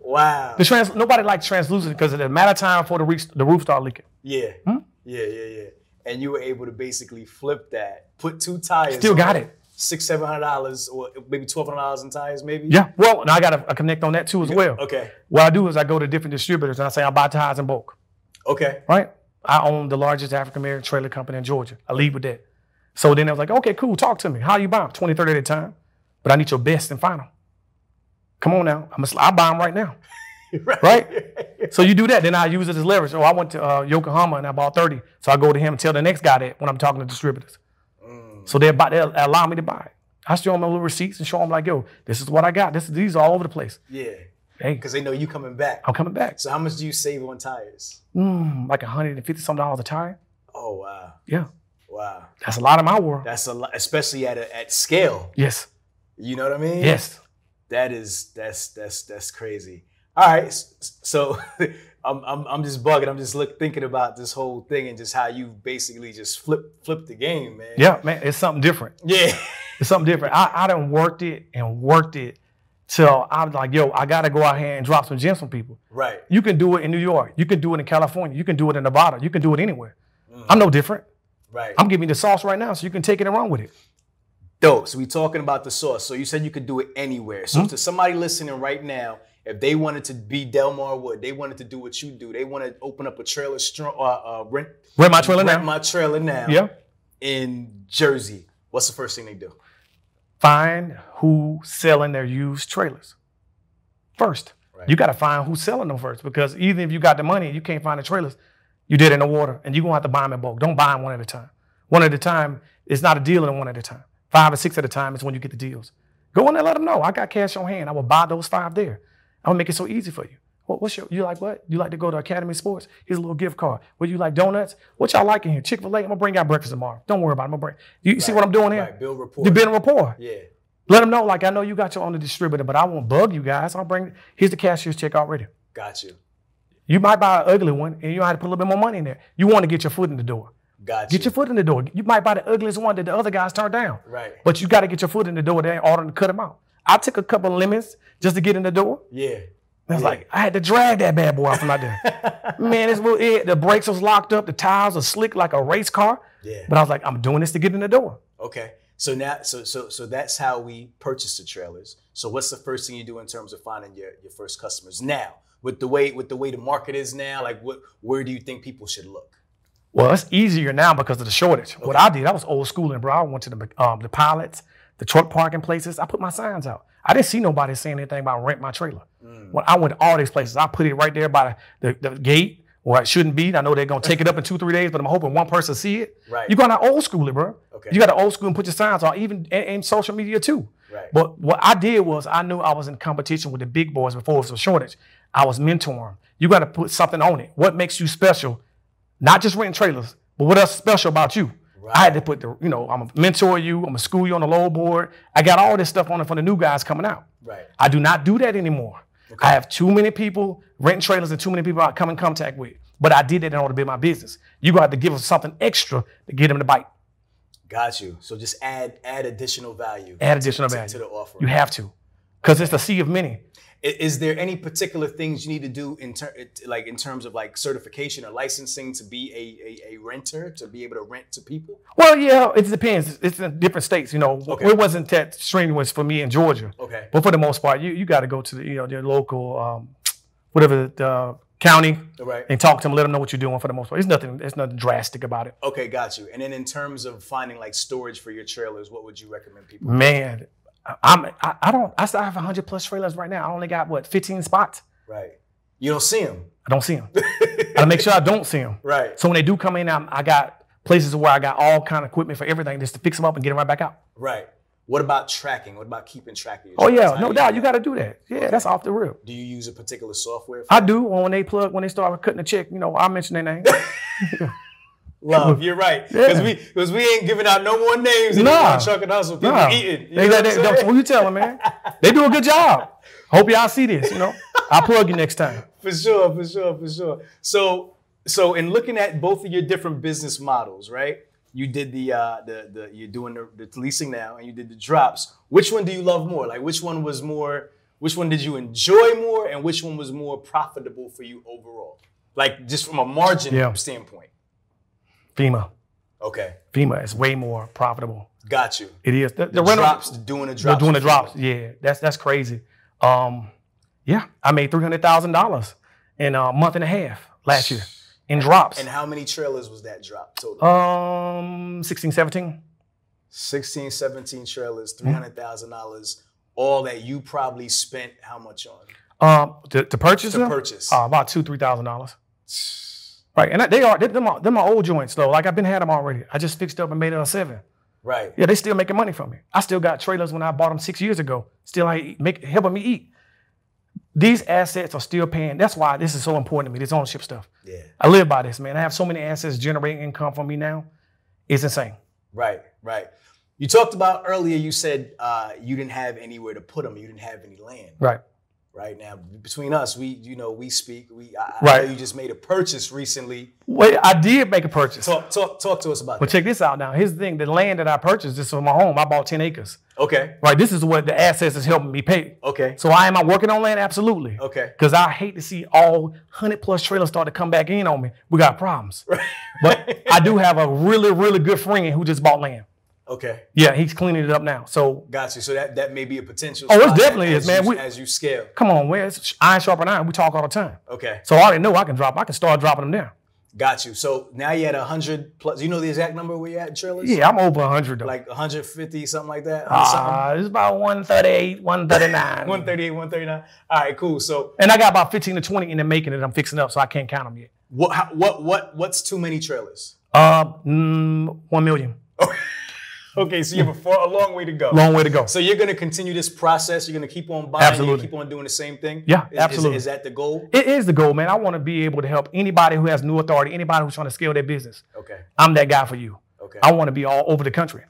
wow.
The trans nobody likes translucent because of the amount of time before the reach the roof start leaking.
Yeah.
Hmm?
Yeah, yeah, yeah. And you were able to basically flip that, put two tires.
Still got
on
it.
Six, seven hundred dollars, or maybe twelve hundred dollars in tires, maybe.
Yeah. Well, and I gotta uh, connect on that too as well.
Okay.
What I do is I go to different distributors and I say I buy tires in bulk.
Okay.
right? I own the largest African American trailer company in Georgia. I lead with that. So then I was like, okay, cool, talk to me. How you buy them? 20, 30 at a time. But I need your best and final. Come on now. I'm a, I buy them right now.
Right.
Right? so you do that. Then I use it as leverage. Oh, I went to uh, Yokohama and I bought 30. So I go to him and tell the next guy that when I'm talking to distributors. So they, buy, they allow me to buy it. I show them my little receipts and show them like, yo, this is what I got. This is, these are all over the place.
Yeah.
Hey,
Because they know you coming back.
I'm coming back.
So how much do you save on tires?
Mm, like 150 some dollars a tire.
Oh wow,
Yeah.
wow.
That's a lot of my world.
That's a lot, especially at a, at scale.
Yes.
You know what I mean?
Yes.
That is that's that's that's crazy. All right, s- s- so I'm, I'm I'm just bugging. I'm just look, thinking about this whole thing and just how you basically just flip flip the game, man.
Yeah, man, it's something different.
Yeah.
It's something different. I, I done worked it and worked it till I'm like, yo, I gotta go out here and drop some gems from people.
Right.
You can do it in New York. You can do it in California. You can do it in Nevada. You can do it anywhere. I'm no different.
Right.
I'm giving you the sauce right now, so you can take it and run with it.
Dope. So we talking about the sauce. So you said you could do it anywhere.
Hmm?
So to somebody listening right now, if they wanted to be Delmar Wood, they wanted to do what you do. They want to open up a trailer, stro- uh, uh, rent,
Rent my trailer
rent
now.
my trailer now.
yeah.
in Jersey, what's the first thing they do?
Find who selling their used trailers first. You gotta find who's selling them first because even if you got the money, you can't find the trailers. You did in the water, and you're gonna have to buy them in bulk. Don't buy them one at a time. One at a time is not a deal in one at a time. Five or six at a time is when you get the deals. Go in there, let them know I got cash on hand. I will buy those five there. I will make it so easy for you. What, what's your? You like what? You like to go to Academy Sports? Here's a little gift card. What you like donuts? What y'all like in here? Chick Fil A. I'm gonna bring y'all breakfast tomorrow. Don't worry about it. I'm gonna bring. You, you see what I'm doing here?
Right, build rapport.
You build a rapport.
yeah.
Let them know, like, I know you got your own distributor, but I won't bug you guys. I'll bring, here's the cashier's check already.
Got you.
You might buy an ugly one and you might have to put a little bit more money in there. You want to get your foot in the door.
Got you.
Get your foot in the door. You might buy the ugliest one that the other guys turned down.
Right.
But you got to get your foot in the door. They ain't ordering to cut them out. I took a couple of lemons just to get in the door.
yeah.
I was like, I had to drag that bad boy out from out there. Man, this little it, the brakes was locked up, the tires were slick like a race car.
Yeah.
But I was like, I'm doing this to get in the door.
Okay. So now, so so so that's how we purchase the trailers. So what's the first thing you do in terms of finding your, your first customers now? With the way with the way the market is now, like what where do you think people should look?
Well, it's easier now because of the shortage. What I did, I was old school and bro. I went to the um, the pilots, the truck parking places. I put my signs out. I didn't see nobody saying anything about rent my trailer.
Mm.
When I went to all these places, I put it right there by the, the, the gate where it shouldn't be. I know they're gonna take it up in two three days, but I'm hoping one person see it.
Right.
You got to old school it, bro.
Okay.
You got to old school and put your signs on, even and, and social media too.
Right.
But what I did was I knew I was in competition with the big boys before it was a shortage. I was mentoring. You got to put something on it. What makes you special? Not just renting trailers, but what else special about you? I had to put the, you know, I'm gonna mentor you, I'm gonna school you on the low board. I got all this stuff on it for the new guys coming out.
Right.
I do not do that anymore. I have too many people renting trailers and too many people I come in contact with. But I did that in order to build my business. You gonna have to give them something extra to get them to bite.
Got you. So just add add additional value.
Add additional
to-
value.
to the offer.
You have to. Because it's a sea of many.
I- Is there any particular things you need to do in ter- it- like in terms of like certification or licensing to be a, a, a renter to be able to rent to people?
Well, yeah, it depends. It's in different states, you know.
Okay.
It wasn't that strenuous for me in Georgia.
Okay.
But for the most part, you, you got to go to the you know your local um, whatever the uh, county
Right.
and talk to them, let them know what you're doing. For the most part, it's nothing. It's nothing drastic about it.
Okay, got you. And then in terms of finding like storage for your trailers, what would you recommend people?
Man, I- I'm I, I don't I still have 100 plus trailers right now. I only got what 15 spots.
Right. You don't see them.
I don't see them. I make sure I don't see them.
Right.
So when they do come in, I'm, I got places where I got all kind of equipment for everything just to fix them up and get them right back out.
Right. What about tracking? What about keeping track of your
Oh
trailers?
yeah,
How
no
do
doubt.
do
You
that?
got to do that. Yeah, that's off the rip.
Do you use a particular software? For
I
that?
do. When they plug, when they start cutting the check, you know, I mention their name.
Love. You're right. Because
Yeah.
we because we ain't giving out no more names. in
Nah.
the Truck and hustle. People
Nah.
eating. You know
They, they,
what I'm
they-
saying?
who you telling, man? They do a good job. Hope y'all see this, you know. I'll plug you next time.
for sure, for sure, for sure. So, so in looking at both of your different business models, right? You did the uh, the the you're doing the, the leasing now, and you did the drops. Which one do you love more? Like, which one was more? Which one did you enjoy more, and which one was more profitable for you overall? Like, just from a margin
Yeah.
standpoint.
FEMA.
Okay,
FEMA is way more profitable.
got you.
It is. The, the rental
drops, doing the drops,
They're doing the
for FEMA.
drops. Yeah, that's that's crazy. Um, yeah, I made three hundred thousand dollars in a month and a half last year in drops.
And how many trailers was that drop total?
Uh, Um, 16, 17.
16, 17 trailers,
Mm-hmm.
three hundred thousand dollars. All that you probably spent how much on?
Um, to, to purchase
To
them?
purchase.
Uh, about two, three thousand dollars. Right, and they are they, them are them are old joints though. Like I've been had them already. I just fixed up and made it a seven.
Right.
Yeah, they still making money from me. I still got trailers when I bought them six years ago. Still like make helping me eat. These assets are still paying. That's why this is so important to me. This ownership stuff.
Yeah.
I live by this, man. I have so many assets generating income for me now. It's insane.
Right. Right. You talked about earlier. You said uh, you didn't have anywhere to put them. You didn't have any land.
Right.
Right now, between us, we you know we speak. We I, I
Right.
know you just made a purchase recently.
Wait, I did make a purchase.
Talk talk talk to us about
but
that.
check this out now. Here's the thing: the land that I purchased is for my home. I bought ten acres.
Okay.
Right. This is what the assets is helping me pay.
Okay.
So I am I working on land? Absolutely.
Okay.
Because I hate to see all hundred plus trailers start to come back in on me. We got problems. but I do have a really, really good friend who just bought land.
Okay.
Yeah, he's cleaning it up now. So
Got you. So that that may be a potential.
Oh, it
spot
definitely
as
is, man.
you-
We-
as you scale.
come on, where's iron sharpen iron? We talk all the time.
Okay.
So I already know I can drop. I can start dropping them down.
Got you. So now you had a hundred plus. You know the exact number where you at in trailers?
Yeah, I'm over 100 though.
Like 150, something like that.
uh, it's about 138, 139.
138, 139. All right, cool. So
and I got about 15 to 20 in the making that I'm fixing up, so I can't count them yet.
what how, what what what's too many trailers?
Um, mm, 1 million.
Okay, so you have a, far, a long way to go.
Long way to go.
So you're going to continue this process. You're going to keep on buying.
Absolutely.
You keep on doing the same thing.
Yeah,
Is- is,
absolutely.
Is, that the goal?
it is the goal, man. I want to be able to help anybody who has new authority, anybody who's trying to scale their business.
Okay.
I'm that guy for you.
Okay.
I want to be all over the country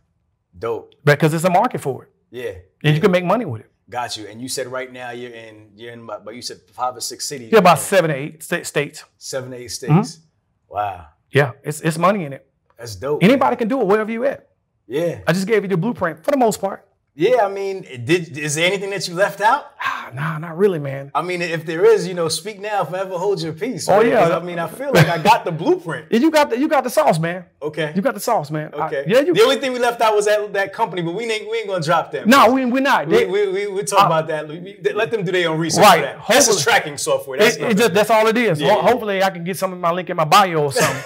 Dope.
because there's a market for it,
Yeah.
and you can make money with it.
Got you. And you said right now you're in you're in but you said five or six cities.
Yeah, about Mm-hmm. seven to eight sta- states.
seven eight states. Wow,
Yeah, it's it's money in it.
that's dope. man.
Anybody can do it wherever you at.
Yeah.
I just gave you the blueprint for the most part.
Yeah, I mean, did is there anything that you left out?
Ah, nah, not really, man.
I mean, if there is, you know, speak now, forever hold your peace.
Oh,
right? 'Cause,
yeah.
I mean, I feel like I got the blueprint.
You got the you got the sauce, man.
Okay.
You got the sauce, man. I-
okay.
yeah, you.
the only thing we left out was that that company, but we ain't we ain't gonna drop them.
no, we we're not.
We
They-
we we we'll talk about that. We- we- Let them do their own research.
Right.
For that. This is
Hopefully.
tracking software. That's
It,
not
it just that's all it is.
Yeah,
Ho-
yeah.
Hopefully, I can get some of my link in my bio or something.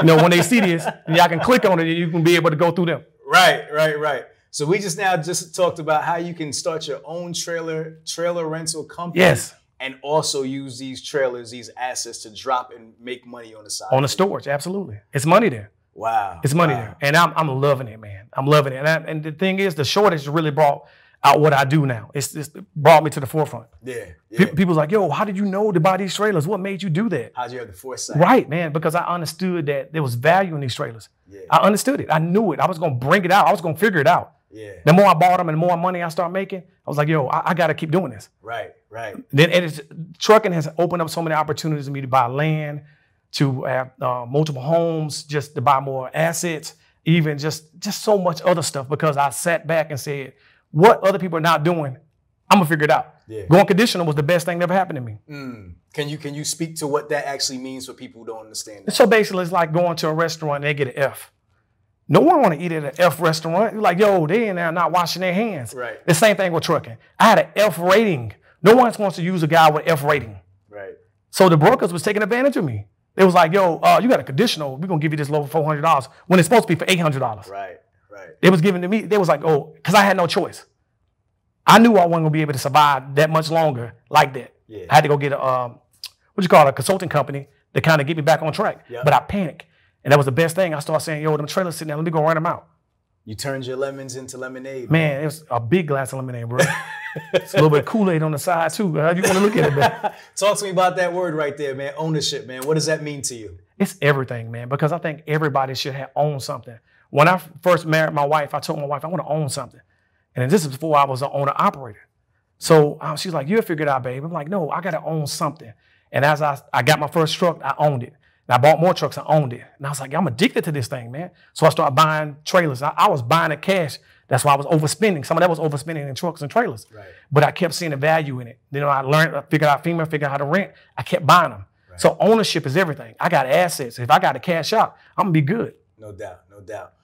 you know, when they see this, y'all can click on it and you can be able to go through them.
Right, right, right. So we just now just talked about how you can start your own trailer trailer rental company.
Yes.
And also use these trailers, these assets to drop and make money on the side.
on the storage. Absolutely, it's money there.
wow.
It's money
wow.
there, and I'm I'm loving it, man. I'm loving it. And I, and the thing is, the shortage really brought out what I do now. It's, it's brought me to the forefront.
Yeah. yeah.
Pe- people's like, yo, how did you know to buy these trailers? What made you do that?
How'd you have the foresight?
Right, man, because I understood that there was value in these trailers.
Yeah.
I understood it. I knew it. I was gonna bring it out. I was gonna figure it out.
Yeah.
The more I bought them and the more money I started making, I was like, yo, I, I gotta keep doing this.
Right, right.
Then it is, trucking has opened up so many opportunities for me to buy land, to have uh, multiple homes, just to buy more assets, even just just so much other stuff. Because I sat back and said, what other people are not doing, I'm gonna figure it out.
Yeah. Mm. Hmm.
Going conditional was the best thing that ever happened to me.
Can you can you speak to what that actually means for people who don't understand that?
So basically, it's like going to a restaurant and they get an F. No one want to eat at an F restaurant. You're like, yo, they in there not washing their hands.
Right.
The same thing with trucking. I had an F rating. No one wants to use a guy with F rating.
Right.
So the brokers was taking advantage of me. They was like, yo, uh, you got a conditional. We're going to give you this loan for $400 when it's supposed to be for $800.
Right. Right.
They was giving to me. They was like, oh, because I had no choice. I knew I wasn't going to be able to survive that much longer like that.
Yeah.
I had to go get a, um, what you call it, a consulting company to kind of get me back on track.
Yeah.
But I panicked. And that was the best thing. I started saying, yo, them trailers sitting there, let me go run them out.
You turned your lemons into lemonade.
Man, it was a big glass of lemonade, bro. it's a little bit of Kool-Aid on the side, too. bro. You want to look at it, bro.
Talk to me about that word right there, man. Ownership, man. What does that mean to you?
It's everything, man, because I think everybody should have owned something. When I first married my wife, I told my wife, I want to own something. And then this is before I was an owner operator. So um, she's like, You'll figure it out, babe. I'm like, No, I got to own something. And as I, I got my first truck, I owned it. And I bought more trucks, I owned it. And I was like, I'm addicted to this thing, man. So I started buying trailers. I, I was buying it cash. That's why I was overspending. Some of that was overspending in trucks and trailers.
Right.
But I kept seeing the value in it. You know, I learned, I figured out FEMA, figured out how to rent. I kept buying them. So ownership is everything. I got assets. If I got to cash out, I'm gonna be good.
No doubt, no doubt.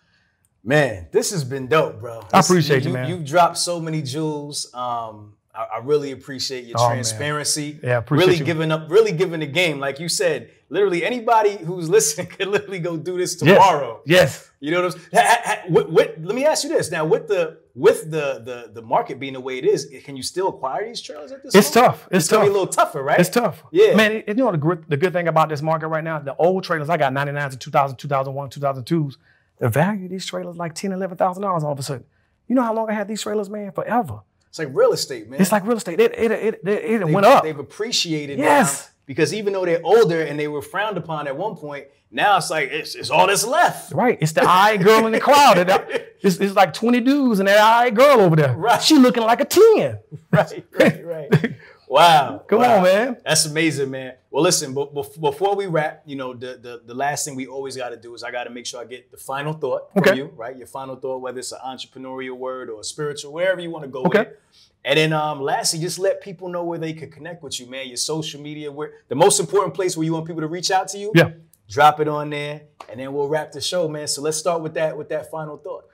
Man, this has been dope, bro.
I appreciate you, man.
You've dropped so many jewels. Um, I, I really appreciate your
Oh, man.
transparency.
Yeah, I appreciate
really
you.
giving up, really giving the game. Like you said, literally anybody who's listening could literally go do this tomorrow.
Yes.
You know what I'm saying? Ha- ha- ha- what- what- let me ask you this now: with the with the, the the market being the way it is, can you still acquire these trailers at this?
It's
point?
tough. It's,
It's
tough.
gonna be a little tougher, right?
it's tough.
Yeah.
Man, it- you know the good, the good thing about this market right now, the old trailers, I got 99s in 2000, 2001, 2002s. The value of these trailers like 10, 11,000 dollars all of a sudden. You know how long I had these trailers, man? Forever.
It's like real estate, man.
It's like real estate. It it it, it, it
They-
went up.
They've appreciated
Yes.
now because even though they're older and they were frowned upon at one point, now it's like it's, it's all that's left.
Right. It's the eye girl in the crowd. And I- It's, it's like 20 dudes and that eye girl over there.
Right.
She looking like a 10.
Right, right, right. Wow.
Come
wow.
on, man.
That's amazing, man. Well, listen, but before we wrap, you know, the, the, the last thing we always got to do is I got to make sure I get the final thought from
Okay.
you, right? Your final thought, whether it's an entrepreneurial word or a spiritual, wherever you want to go
Okay.
with it. And then um, lastly, just let people know where they could connect with you, man. Your social media, where the most important place where you want people to reach out to you.
Yeah.
Drop it on there, and then we'll wrap the show, man. So let's start with that with that final thought.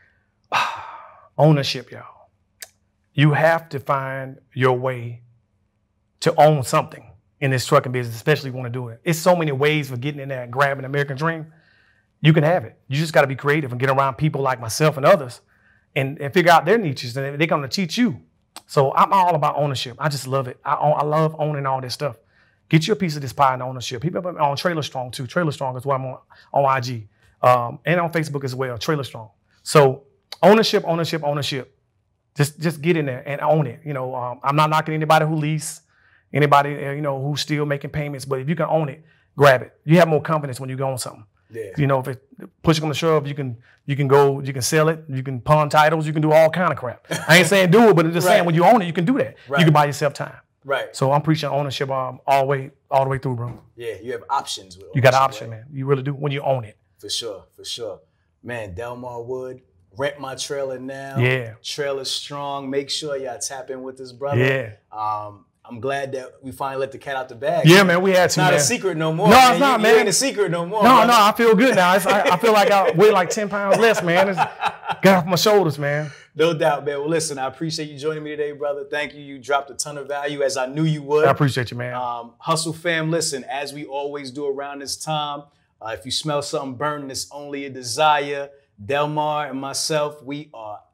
ownership, y'all. You have to find your way to own something in this trucking business, especially if you want to do it. It's so many ways for getting in there and grabbing the American dream. You can have it. You just got to be creative and get around people like myself and others and, and figure out their niches and they're going to teach you. So I'm all about ownership. I just love it. I, own, I love owning all this stuff. Get you a piece of this pie and ownership. People have been on Trailer Strong too. Trailer Strong is where I'm on, on IG um, and on Facebook as well. Trailer Strong. So ownership, ownership, ownership. Just just get in there and own it. You know, um, I'm not knocking anybody who lease, anybody uh, you know who's still making payments. But if you can own it, grab it. You have more confidence when you go on something.
Yeah.
You know, if it pushing on the shove, you can you can go, you can sell it, you can pawn titles, you can do all kind of crap. I ain't saying do it, but I'm just saying
Right.
when you own it, you can do that.
Right.
You can buy yourself time.
Right.
So I'm preaching ownership um, all the way all the way through, bro.
Yeah, you have options. With
You got an
ownership,
option, man. You really do when you own it.
For sure, for sure. Man, Delmar Wood, Rent my trailer now.
Yeah.
Trailer strong. Make sure y'all tap in with this brother.
Yeah.
Um, I'm glad that we finally let the cat out the bag.
Yeah, man, we had
It's
to,
not a
man.
secret no more.
No, it's
You-
not,
you
man.
ain't a secret no more.
No,
brother.
no, I feel good now. It's, I, I feel like I weigh like 10 pounds less, man. It's got off my shoulders, man.
No doubt, man. Well, listen, I appreciate you joining me today, brother. Thank you. You dropped a ton of value as I knew you would.
I appreciate you, man.
Um, Hustle fam, listen, as we always do around this time, uh, if you smell something burning, it's only a desire. Delmar and myself, we are